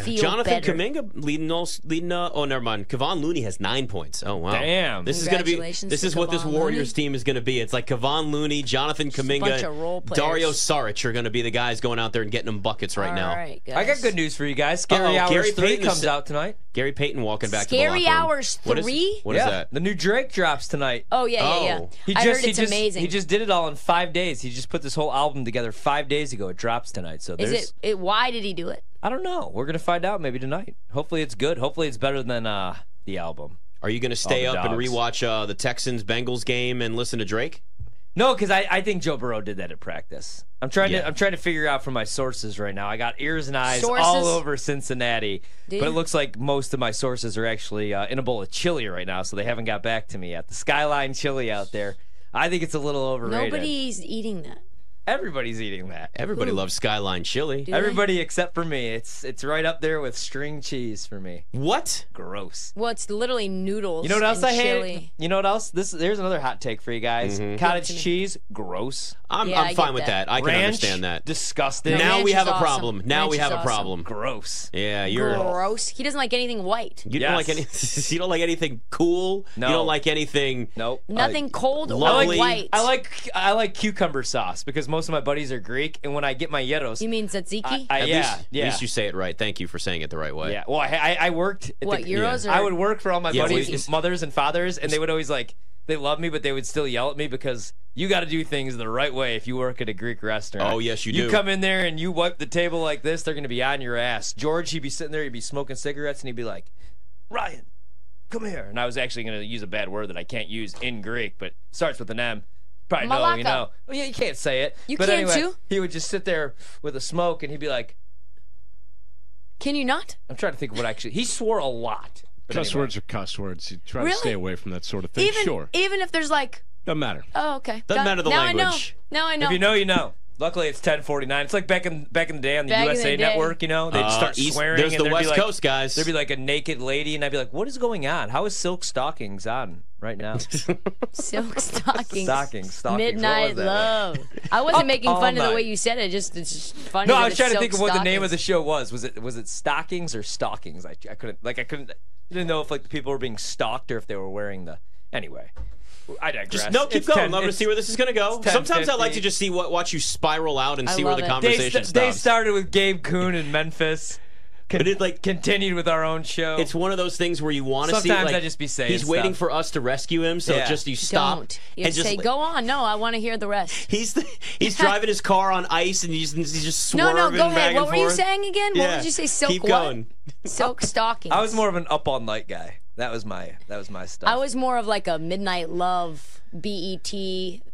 [SPEAKER 4] feel
[SPEAKER 1] Jonathan
[SPEAKER 4] better.
[SPEAKER 1] Kaminga leading all leading. Uh, oh, never mind. Kevon Looney has nine points. Oh wow,
[SPEAKER 2] Damn.
[SPEAKER 1] This is gonna be.
[SPEAKER 4] Congratulations
[SPEAKER 1] This
[SPEAKER 4] to
[SPEAKER 1] is what this
[SPEAKER 4] Kevon
[SPEAKER 1] Warriors
[SPEAKER 4] Looney.
[SPEAKER 1] team is gonna be. It's like Kevon Looney, Jonathan
[SPEAKER 4] a bunch of role
[SPEAKER 1] Kaminga,
[SPEAKER 4] players.
[SPEAKER 1] Dario Saric are gonna be the guys going out there and getting them buckets right
[SPEAKER 4] All
[SPEAKER 1] now.
[SPEAKER 4] right, guys.
[SPEAKER 2] I got good news for you guys. Scary
[SPEAKER 1] Uh-oh,
[SPEAKER 2] Hours
[SPEAKER 1] Gary
[SPEAKER 2] three
[SPEAKER 1] Payton is-
[SPEAKER 2] comes out tonight.
[SPEAKER 1] Gary Payton walking back to the
[SPEAKER 4] Scary
[SPEAKER 1] locker room.
[SPEAKER 4] Hours
[SPEAKER 1] What is-
[SPEAKER 4] three?
[SPEAKER 1] What is
[SPEAKER 2] yeah,
[SPEAKER 1] that?
[SPEAKER 2] the new Drake drops tonight.
[SPEAKER 4] Oh yeah, yeah, yeah.
[SPEAKER 1] Oh.
[SPEAKER 2] He
[SPEAKER 4] I
[SPEAKER 2] just,
[SPEAKER 4] heard it's
[SPEAKER 2] he just,
[SPEAKER 4] amazing.
[SPEAKER 2] He just did it all in five days. He just put this whole album together five days ago. It drops tonight. So
[SPEAKER 4] is
[SPEAKER 2] there's,
[SPEAKER 4] it, it? Why did he do it?
[SPEAKER 2] I don't know. We're gonna find out maybe tonight. Hopefully it's good. Hopefully it's better than uh, the album.
[SPEAKER 1] Are you gonna stay
[SPEAKER 2] All
[SPEAKER 1] up
[SPEAKER 2] the
[SPEAKER 1] and
[SPEAKER 2] dogs.
[SPEAKER 1] rewatch uh, the Texans Bengals game and listen to Drake?
[SPEAKER 2] No, because I, I think Joe Burrow did that at practice. I'm trying
[SPEAKER 1] Yeah.
[SPEAKER 2] to I'm trying to figure out from my sources right now. I got ears and eyes all
[SPEAKER 4] Sources?
[SPEAKER 2] over Cincinnati,
[SPEAKER 4] Do
[SPEAKER 2] but it
[SPEAKER 4] you?
[SPEAKER 2] looks like most of my sources are actually uh, in a bowl of chili right now, so they haven't got back to me yet. The Skyline Chili out there, I think it's a little overrated.
[SPEAKER 4] Nobody's eating that.
[SPEAKER 2] everybody's eating that.
[SPEAKER 1] Everybody loves Skyline Chili.
[SPEAKER 4] they?
[SPEAKER 2] Everybody except for me. It's it's right up there with string cheese for me.
[SPEAKER 1] What?
[SPEAKER 2] Gross.
[SPEAKER 4] Well, it's literally noodles.
[SPEAKER 2] You know what else
[SPEAKER 4] and
[SPEAKER 2] I hate?
[SPEAKER 4] chili.
[SPEAKER 2] You know what else? This there's another hot take for you guys. Cottage cheese, gross.
[SPEAKER 1] I'm,
[SPEAKER 4] Yeah, I
[SPEAKER 1] I'm
[SPEAKER 4] get
[SPEAKER 1] fine with
[SPEAKER 4] that.
[SPEAKER 1] that. Mm-hmm. I can
[SPEAKER 2] Ranch,
[SPEAKER 1] understand that.
[SPEAKER 2] Disgusting.
[SPEAKER 1] now
[SPEAKER 4] ranch
[SPEAKER 1] we
[SPEAKER 4] is
[SPEAKER 1] have a
[SPEAKER 4] awesome.
[SPEAKER 1] problem. Now we
[SPEAKER 4] Ranch
[SPEAKER 1] have
[SPEAKER 4] is
[SPEAKER 1] a
[SPEAKER 4] awesome.
[SPEAKER 1] problem.
[SPEAKER 2] gross.
[SPEAKER 1] Yeah, you're
[SPEAKER 4] Gross. He doesn't like anything white.
[SPEAKER 1] You don't like any. you don't like anything cool.
[SPEAKER 2] No.
[SPEAKER 1] You don't like anything.
[SPEAKER 2] Nope.
[SPEAKER 4] Nothing cold
[SPEAKER 1] lovely.
[SPEAKER 4] or white.
[SPEAKER 2] I like I like cucumber sauce because most of my buddies are Greek, and when I get my gyros,
[SPEAKER 4] You mean tzatziki?
[SPEAKER 2] I, I,
[SPEAKER 1] At
[SPEAKER 2] yeah,
[SPEAKER 1] least,
[SPEAKER 2] yeah,
[SPEAKER 1] At least you say it right. Thank you for saying it the right way.
[SPEAKER 2] yeah. Well, I, I, I worked. At
[SPEAKER 4] What,
[SPEAKER 2] the,
[SPEAKER 4] Euros Yeah. or-
[SPEAKER 2] I would work for all my
[SPEAKER 1] Yeah, well,
[SPEAKER 2] buddies,
[SPEAKER 1] it's-
[SPEAKER 2] mothers and fathers, and they would always like they love me, but they would still yell at me because you got to do things the right way if you work at a Greek restaurant.
[SPEAKER 1] Oh, yes, you
[SPEAKER 2] You
[SPEAKER 1] do.
[SPEAKER 2] come in there and you wipe the table like this, they're gonna be on your ass. George, he'd be sitting there, he'd be smoking cigarettes, and he'd be like, Ryan, come here. And I was actually gonna use a bad word that I can't use in Greek, but starts with an M. Probably no, you
[SPEAKER 4] Malaka.
[SPEAKER 2] know. Well, yeah, you can't say it.
[SPEAKER 4] You
[SPEAKER 2] but
[SPEAKER 4] can
[SPEAKER 2] anyway,
[SPEAKER 4] too?
[SPEAKER 2] He would just sit there with a smoke, and he'd be like,
[SPEAKER 4] Can you not?
[SPEAKER 2] I'm trying to think of what actually. He swore a lot. But
[SPEAKER 6] Cuss
[SPEAKER 2] anyway.
[SPEAKER 6] words are cuss words. You try to
[SPEAKER 4] Really?
[SPEAKER 6] stay away from that sort of thing.
[SPEAKER 4] Even
[SPEAKER 6] sure.
[SPEAKER 4] even if there's like,
[SPEAKER 6] Doesn't matter.
[SPEAKER 4] oh okay.
[SPEAKER 1] Doesn't
[SPEAKER 4] Got-
[SPEAKER 1] matter the
[SPEAKER 4] now
[SPEAKER 1] language.
[SPEAKER 4] I know. Now I know.
[SPEAKER 2] If you know, you know. Luckily, it's 10:49. It's like back in back in the day on the
[SPEAKER 4] Back in the
[SPEAKER 2] USA
[SPEAKER 4] day.
[SPEAKER 2] Network. You know, they'd
[SPEAKER 1] Uh,
[SPEAKER 2] start
[SPEAKER 1] East-
[SPEAKER 2] swearing.
[SPEAKER 1] there's
[SPEAKER 2] and
[SPEAKER 1] the
[SPEAKER 2] there'd
[SPEAKER 1] West
[SPEAKER 2] be like-
[SPEAKER 1] Coast guys.
[SPEAKER 2] There'd be like a naked lady, and I'd be like, "What is going on? How is silk stockings on right now.
[SPEAKER 4] Silk stockings.
[SPEAKER 2] Stockings, stockings. What was
[SPEAKER 4] Midnight
[SPEAKER 2] that?
[SPEAKER 4] love. I wasn't making
[SPEAKER 2] all
[SPEAKER 4] fun of the
[SPEAKER 2] night.
[SPEAKER 4] way you said it. Just it's just funny.
[SPEAKER 2] No,
[SPEAKER 4] that
[SPEAKER 2] I was
[SPEAKER 4] it's
[SPEAKER 2] trying to
[SPEAKER 4] silk
[SPEAKER 2] think of what the name of the
[SPEAKER 4] stockings.
[SPEAKER 2] show was. Was it was it stockings or stockings? I, I couldn't like I couldn't I didn't know if like the people were being stalked or if they were wearing the. Anyway, I digress.
[SPEAKER 1] Just no, keep
[SPEAKER 2] It's
[SPEAKER 1] going.
[SPEAKER 2] 10
[SPEAKER 1] Love to
[SPEAKER 2] it's-
[SPEAKER 1] see where this is going to go.
[SPEAKER 2] 10,
[SPEAKER 1] Sometimes I like to
[SPEAKER 2] 15.
[SPEAKER 1] just see what watch you spiral out and
[SPEAKER 4] I
[SPEAKER 1] see where
[SPEAKER 4] love
[SPEAKER 1] the
[SPEAKER 4] it.
[SPEAKER 2] They,
[SPEAKER 1] conversation
[SPEAKER 2] st- they
[SPEAKER 1] stops.
[SPEAKER 2] started with Gabe Kuhn in Memphis. Con-
[SPEAKER 1] But it, like-
[SPEAKER 2] continued with our own show.
[SPEAKER 1] it's one of those things where you want to see.
[SPEAKER 2] Sometimes
[SPEAKER 1] like,
[SPEAKER 2] I just be saying
[SPEAKER 1] he's waiting
[SPEAKER 2] stuff.
[SPEAKER 1] for us to rescue him, so
[SPEAKER 2] Yeah.
[SPEAKER 1] just you stop
[SPEAKER 4] Don't. You
[SPEAKER 1] and
[SPEAKER 4] have to
[SPEAKER 1] just
[SPEAKER 4] say,
[SPEAKER 1] li-
[SPEAKER 4] go on. No, I want to hear the rest.
[SPEAKER 1] He's he's driving his car on ice and he's, he's just
[SPEAKER 4] No,
[SPEAKER 1] swerving
[SPEAKER 4] no, go
[SPEAKER 1] back
[SPEAKER 4] ahead.
[SPEAKER 1] and
[SPEAKER 4] What were you
[SPEAKER 1] forth.
[SPEAKER 4] saying again? What
[SPEAKER 1] Yeah.
[SPEAKER 4] would you say? Silk
[SPEAKER 1] Keep
[SPEAKER 4] what?
[SPEAKER 1] going.
[SPEAKER 4] Silk stockings.
[SPEAKER 2] I was more of an up all night guy. That was my that was my stuff.
[SPEAKER 4] I was more of like a midnight love BET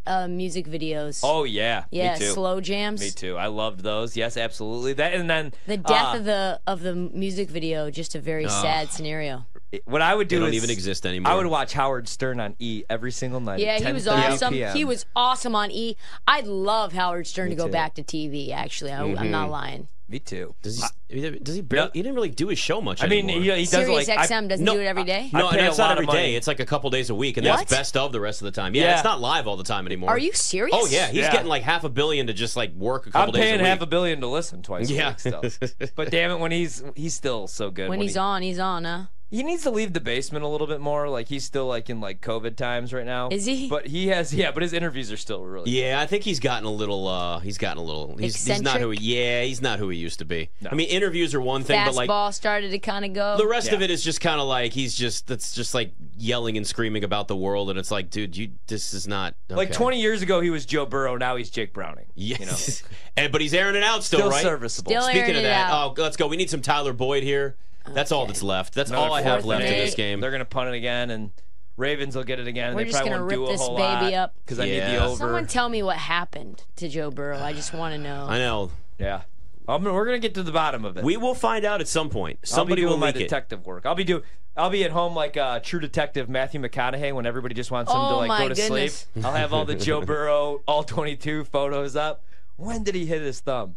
[SPEAKER 4] uh, music videos.
[SPEAKER 2] oh yeah,
[SPEAKER 4] yeah,
[SPEAKER 2] me too.
[SPEAKER 4] slow jams.
[SPEAKER 2] Me too. I loved those. Yes, absolutely. That and then
[SPEAKER 4] The death
[SPEAKER 1] Ah.
[SPEAKER 2] uh,
[SPEAKER 4] of the of the music video, just a very sad scenario.
[SPEAKER 2] what I would do
[SPEAKER 1] don't
[SPEAKER 2] is
[SPEAKER 1] even exist anymore.
[SPEAKER 2] I would watch Howard Stern on E every single night.
[SPEAKER 4] Yeah,
[SPEAKER 2] at
[SPEAKER 4] he was
[SPEAKER 2] 10:30
[SPEAKER 4] awesome.
[SPEAKER 2] PM.
[SPEAKER 4] He was awesome on E. I'd love Howard Stern to go
[SPEAKER 2] too.
[SPEAKER 4] back to TV. Actually, I, am
[SPEAKER 1] Mm-hmm.
[SPEAKER 4] not lying.
[SPEAKER 2] Me too.
[SPEAKER 1] Does he, does he barely? He didn't really do his show much.
[SPEAKER 2] I mean,
[SPEAKER 1] anymore.
[SPEAKER 2] he, he does
[SPEAKER 4] Sirius
[SPEAKER 2] like I-
[SPEAKER 4] XM doesn't
[SPEAKER 1] no,
[SPEAKER 4] do it every day.
[SPEAKER 1] no,
[SPEAKER 2] I pay
[SPEAKER 1] and it's
[SPEAKER 2] a lot
[SPEAKER 1] not
[SPEAKER 2] of
[SPEAKER 1] every day.
[SPEAKER 2] money.
[SPEAKER 1] It's like a couple days a week, and
[SPEAKER 4] What?
[SPEAKER 1] that's best of the rest of the time. Yeah,
[SPEAKER 2] Yeah.
[SPEAKER 1] it's not live all the time anymore.
[SPEAKER 4] Are you serious?
[SPEAKER 1] Oh yeah, he's
[SPEAKER 2] Yeah.
[SPEAKER 1] getting like half a billion to just like work a couple
[SPEAKER 2] I'm
[SPEAKER 1] days
[SPEAKER 2] paying
[SPEAKER 1] a week.
[SPEAKER 2] half a billion to listen twice
[SPEAKER 1] Yeah.
[SPEAKER 2] a week still. but damn it, when he's he's still so good.
[SPEAKER 4] When he's
[SPEAKER 2] he,
[SPEAKER 4] on, he's on, huh?
[SPEAKER 2] he needs to leave the basement a little bit more. Like he's still like in like COVID times right now.
[SPEAKER 4] Is he?
[SPEAKER 2] But he has yeah. But his interviews are still really.
[SPEAKER 1] yeah, I think he's gotten a little. uh He's gotten a little. He's, he's not who.
[SPEAKER 4] Eccentric?
[SPEAKER 1] He, yeah, he's not who he used to be. I mean, interviews are one thing, but like
[SPEAKER 4] Fastball started to kind of go.
[SPEAKER 1] the rest of it is just kind of like he's just that's just like yelling and screaming about the world, and it's like, dude, you this is not
[SPEAKER 2] Like
[SPEAKER 1] okay.
[SPEAKER 2] 20 years ago, he was Joe Burrow. Now he's Jake Browning.
[SPEAKER 1] Yes, and but he's airing it out still,
[SPEAKER 2] Still
[SPEAKER 1] right?
[SPEAKER 2] serviceable.
[SPEAKER 4] Still airing
[SPEAKER 1] Speaking of
[SPEAKER 4] it
[SPEAKER 1] that,
[SPEAKER 4] out.
[SPEAKER 1] oh, let's go. We need some Tyler Boyd here. That's all that's left. That's
[SPEAKER 2] Another
[SPEAKER 1] all I have
[SPEAKER 4] fourth
[SPEAKER 1] left in
[SPEAKER 4] and
[SPEAKER 1] this
[SPEAKER 4] eight.
[SPEAKER 1] game.
[SPEAKER 2] They're gonna punt it again, and Ravens will get it again. and
[SPEAKER 4] We're
[SPEAKER 2] they
[SPEAKER 4] just
[SPEAKER 2] probably
[SPEAKER 4] gonna
[SPEAKER 2] won't do
[SPEAKER 4] rip
[SPEAKER 2] a
[SPEAKER 4] this
[SPEAKER 2] whole
[SPEAKER 4] baby
[SPEAKER 2] lot
[SPEAKER 4] up.
[SPEAKER 2] because I need
[SPEAKER 1] Yeah.
[SPEAKER 2] the over.
[SPEAKER 4] Someone tell me what happened to Joe Burrow. I just want to know.
[SPEAKER 1] I know.
[SPEAKER 2] yeah, I'm, we're gonna get to the bottom of it.
[SPEAKER 1] We will find out at some point. Somebody
[SPEAKER 2] I'll be
[SPEAKER 1] will
[SPEAKER 2] doing my
[SPEAKER 1] leak it.
[SPEAKER 2] detective work. I'll be do. I'll be at home like uh, True Detective Matthew McConaughey when everybody just wants him to
[SPEAKER 4] Oh
[SPEAKER 2] like
[SPEAKER 4] my
[SPEAKER 2] go to
[SPEAKER 4] goodness.
[SPEAKER 2] sleep. I'll have all the Joe Burrow all 22 photos up. When did he hit his thumb?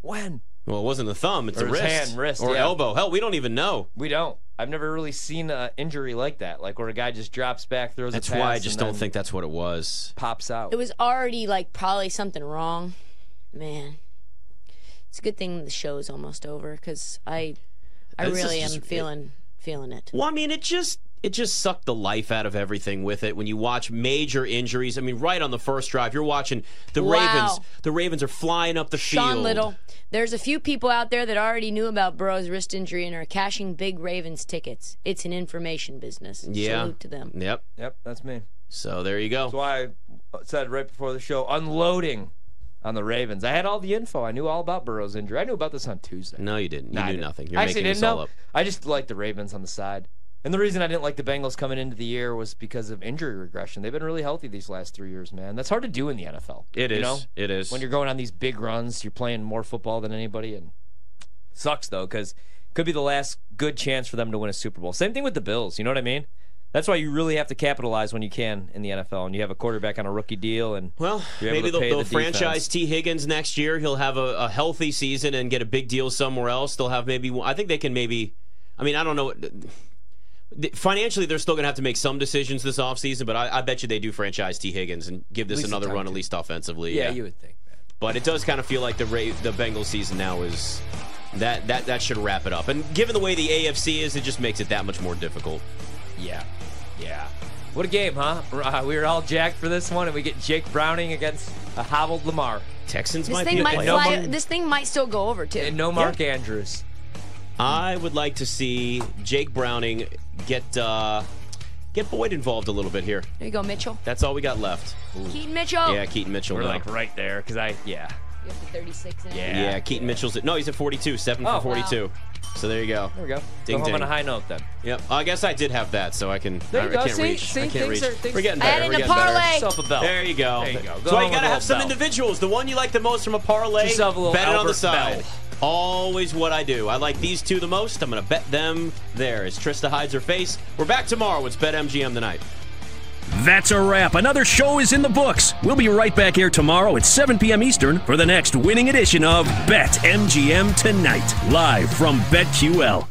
[SPEAKER 2] When?
[SPEAKER 1] Well, it wasn't the thumb; it's
[SPEAKER 2] Or
[SPEAKER 1] the
[SPEAKER 2] his
[SPEAKER 1] wrist,
[SPEAKER 2] hand, wrist,
[SPEAKER 1] or
[SPEAKER 2] yeah.
[SPEAKER 1] elbow. Hell, we don't even know.
[SPEAKER 2] We don't. I've never really seen an injury like that, like where a guy just drops back, throws
[SPEAKER 1] That's
[SPEAKER 2] a pass.
[SPEAKER 1] why I
[SPEAKER 2] and
[SPEAKER 1] just don't
[SPEAKER 2] then
[SPEAKER 1] think that's what it was.
[SPEAKER 2] pops out.
[SPEAKER 4] it was already like probably something wrong. Man, it's a good thing the show's almost over because I, I
[SPEAKER 1] This is
[SPEAKER 4] really am
[SPEAKER 1] just-
[SPEAKER 4] feeling feeling it.
[SPEAKER 1] Well, I mean, it just it just sucked the life out of everything with it. When you watch major injuries, I mean, right on the first drive, you're watching the
[SPEAKER 4] Wow.
[SPEAKER 1] Ravens. The Ravens are flying up the field.
[SPEAKER 4] Sean Little, there's a few people out there that already knew about Burrow's wrist injury and are cashing big Ravens tickets. It's an information business.
[SPEAKER 1] Yeah.
[SPEAKER 4] Salute to them.
[SPEAKER 1] Yep.
[SPEAKER 2] Yep, that's me.
[SPEAKER 1] So there you go.
[SPEAKER 2] That's why I said right before the show, unloading on the Ravens. I had all the info. I knew all about Burrow's injury. I knew about this on Tuesday.
[SPEAKER 1] No, you didn't. You
[SPEAKER 2] I
[SPEAKER 1] knew
[SPEAKER 2] didn't.
[SPEAKER 1] nothing. You're
[SPEAKER 2] I actually
[SPEAKER 1] making this
[SPEAKER 2] didn't
[SPEAKER 1] all
[SPEAKER 2] know.
[SPEAKER 1] up.
[SPEAKER 2] I just liked the Ravens on the side. And the reason I didn't like the Bengals coming into the year was because of injury regression. They've been really healthy these last three years, man. That's hard to do in the NFL.
[SPEAKER 1] It is.
[SPEAKER 2] You know?
[SPEAKER 1] It is.
[SPEAKER 2] When you're going on these big runs, you're playing more football than anybody, and sucks though because could be the last good chance for them to win a Super Bowl. Same thing with the Bills. You know what I mean? That's why you really have to capitalize when you can in the NFL, and you have a quarterback on a rookie deal, and
[SPEAKER 1] Well,
[SPEAKER 2] You're able
[SPEAKER 1] maybe
[SPEAKER 2] to
[SPEAKER 1] they'll,
[SPEAKER 2] pay
[SPEAKER 1] they'll
[SPEAKER 2] the defense.
[SPEAKER 1] franchise T. Higgins next year. He'll have a, a healthy season and get a big deal somewhere else. They'll have maybe. I think they can maybe. I mean, I don't know. Financially, they're still going to have to make some decisions this offseason, but I, I bet you they do franchise T. Higgins and give this
[SPEAKER 2] least a
[SPEAKER 1] another
[SPEAKER 2] time
[SPEAKER 1] run,
[SPEAKER 2] to-
[SPEAKER 1] at least offensively.
[SPEAKER 2] yeah, you would think. Man.
[SPEAKER 1] But it does kind of feel like the Ra- the Bengals season now is that that that should wrap it up. And given the way the AFC is, it just makes it that much more difficult.
[SPEAKER 2] Yeah, yeah. What a game, huh? Uh, we were all jacked for this one, and we get Jake Browning against a hobbled Lamar
[SPEAKER 1] Texans
[SPEAKER 4] This
[SPEAKER 1] might be
[SPEAKER 4] thing
[SPEAKER 1] a
[SPEAKER 4] might
[SPEAKER 1] playoff
[SPEAKER 2] No
[SPEAKER 4] fly.
[SPEAKER 2] money.
[SPEAKER 4] This thing might still go over too.
[SPEAKER 2] and no Mark Andrews.
[SPEAKER 1] I would like to see Jake Browning get uh, get Boyd involved a little bit here.
[SPEAKER 4] There you go, Mitchell.
[SPEAKER 1] That's all we got left.
[SPEAKER 4] Keaton Mitchell.
[SPEAKER 1] Yeah, Keaton Mitchell.
[SPEAKER 2] We're
[SPEAKER 1] now.
[SPEAKER 2] like right there because I yeah.
[SPEAKER 4] You have the 36 now.
[SPEAKER 2] Yeah.
[SPEAKER 1] yeah, Keaton Mitchell's at, no, he's at 42, seven
[SPEAKER 2] Oh, wow.
[SPEAKER 1] for 42. So there you go.
[SPEAKER 2] There we go.
[SPEAKER 1] Ding,
[SPEAKER 2] go home
[SPEAKER 1] ding.
[SPEAKER 2] on a high note then.
[SPEAKER 1] Yep. I guess I did have that, so I can.
[SPEAKER 2] There you
[SPEAKER 1] I,
[SPEAKER 2] go.
[SPEAKER 1] can't
[SPEAKER 2] See-
[SPEAKER 1] reach.
[SPEAKER 2] see,
[SPEAKER 1] I can't
[SPEAKER 2] things
[SPEAKER 1] reach.
[SPEAKER 2] are- things-
[SPEAKER 1] We're getting
[SPEAKER 4] I
[SPEAKER 1] better.
[SPEAKER 4] added
[SPEAKER 1] We're
[SPEAKER 4] a
[SPEAKER 1] getting better. Oh.
[SPEAKER 4] parlay.
[SPEAKER 2] Yourself a bell.
[SPEAKER 1] There you go.
[SPEAKER 2] There you go. Go
[SPEAKER 1] That's why
[SPEAKER 2] home
[SPEAKER 1] you gotta
[SPEAKER 2] with a
[SPEAKER 1] have some
[SPEAKER 2] bell.
[SPEAKER 1] individuals. The one you like the most from a parlay.
[SPEAKER 2] Just have a little
[SPEAKER 1] bet it on
[SPEAKER 2] Albert
[SPEAKER 1] the side.
[SPEAKER 2] Bell.
[SPEAKER 1] Always what I do. I like these two the most. I'm gonna bet them there as Trista hides her face. We're back tomorrow. It's Bet MGM tonight.
[SPEAKER 5] That's a wrap. Another show is in the books. We'll be right back here tomorrow at 7 p.m. Eastern for the next winning edition of Bet MGM Tonight, live from BetQL.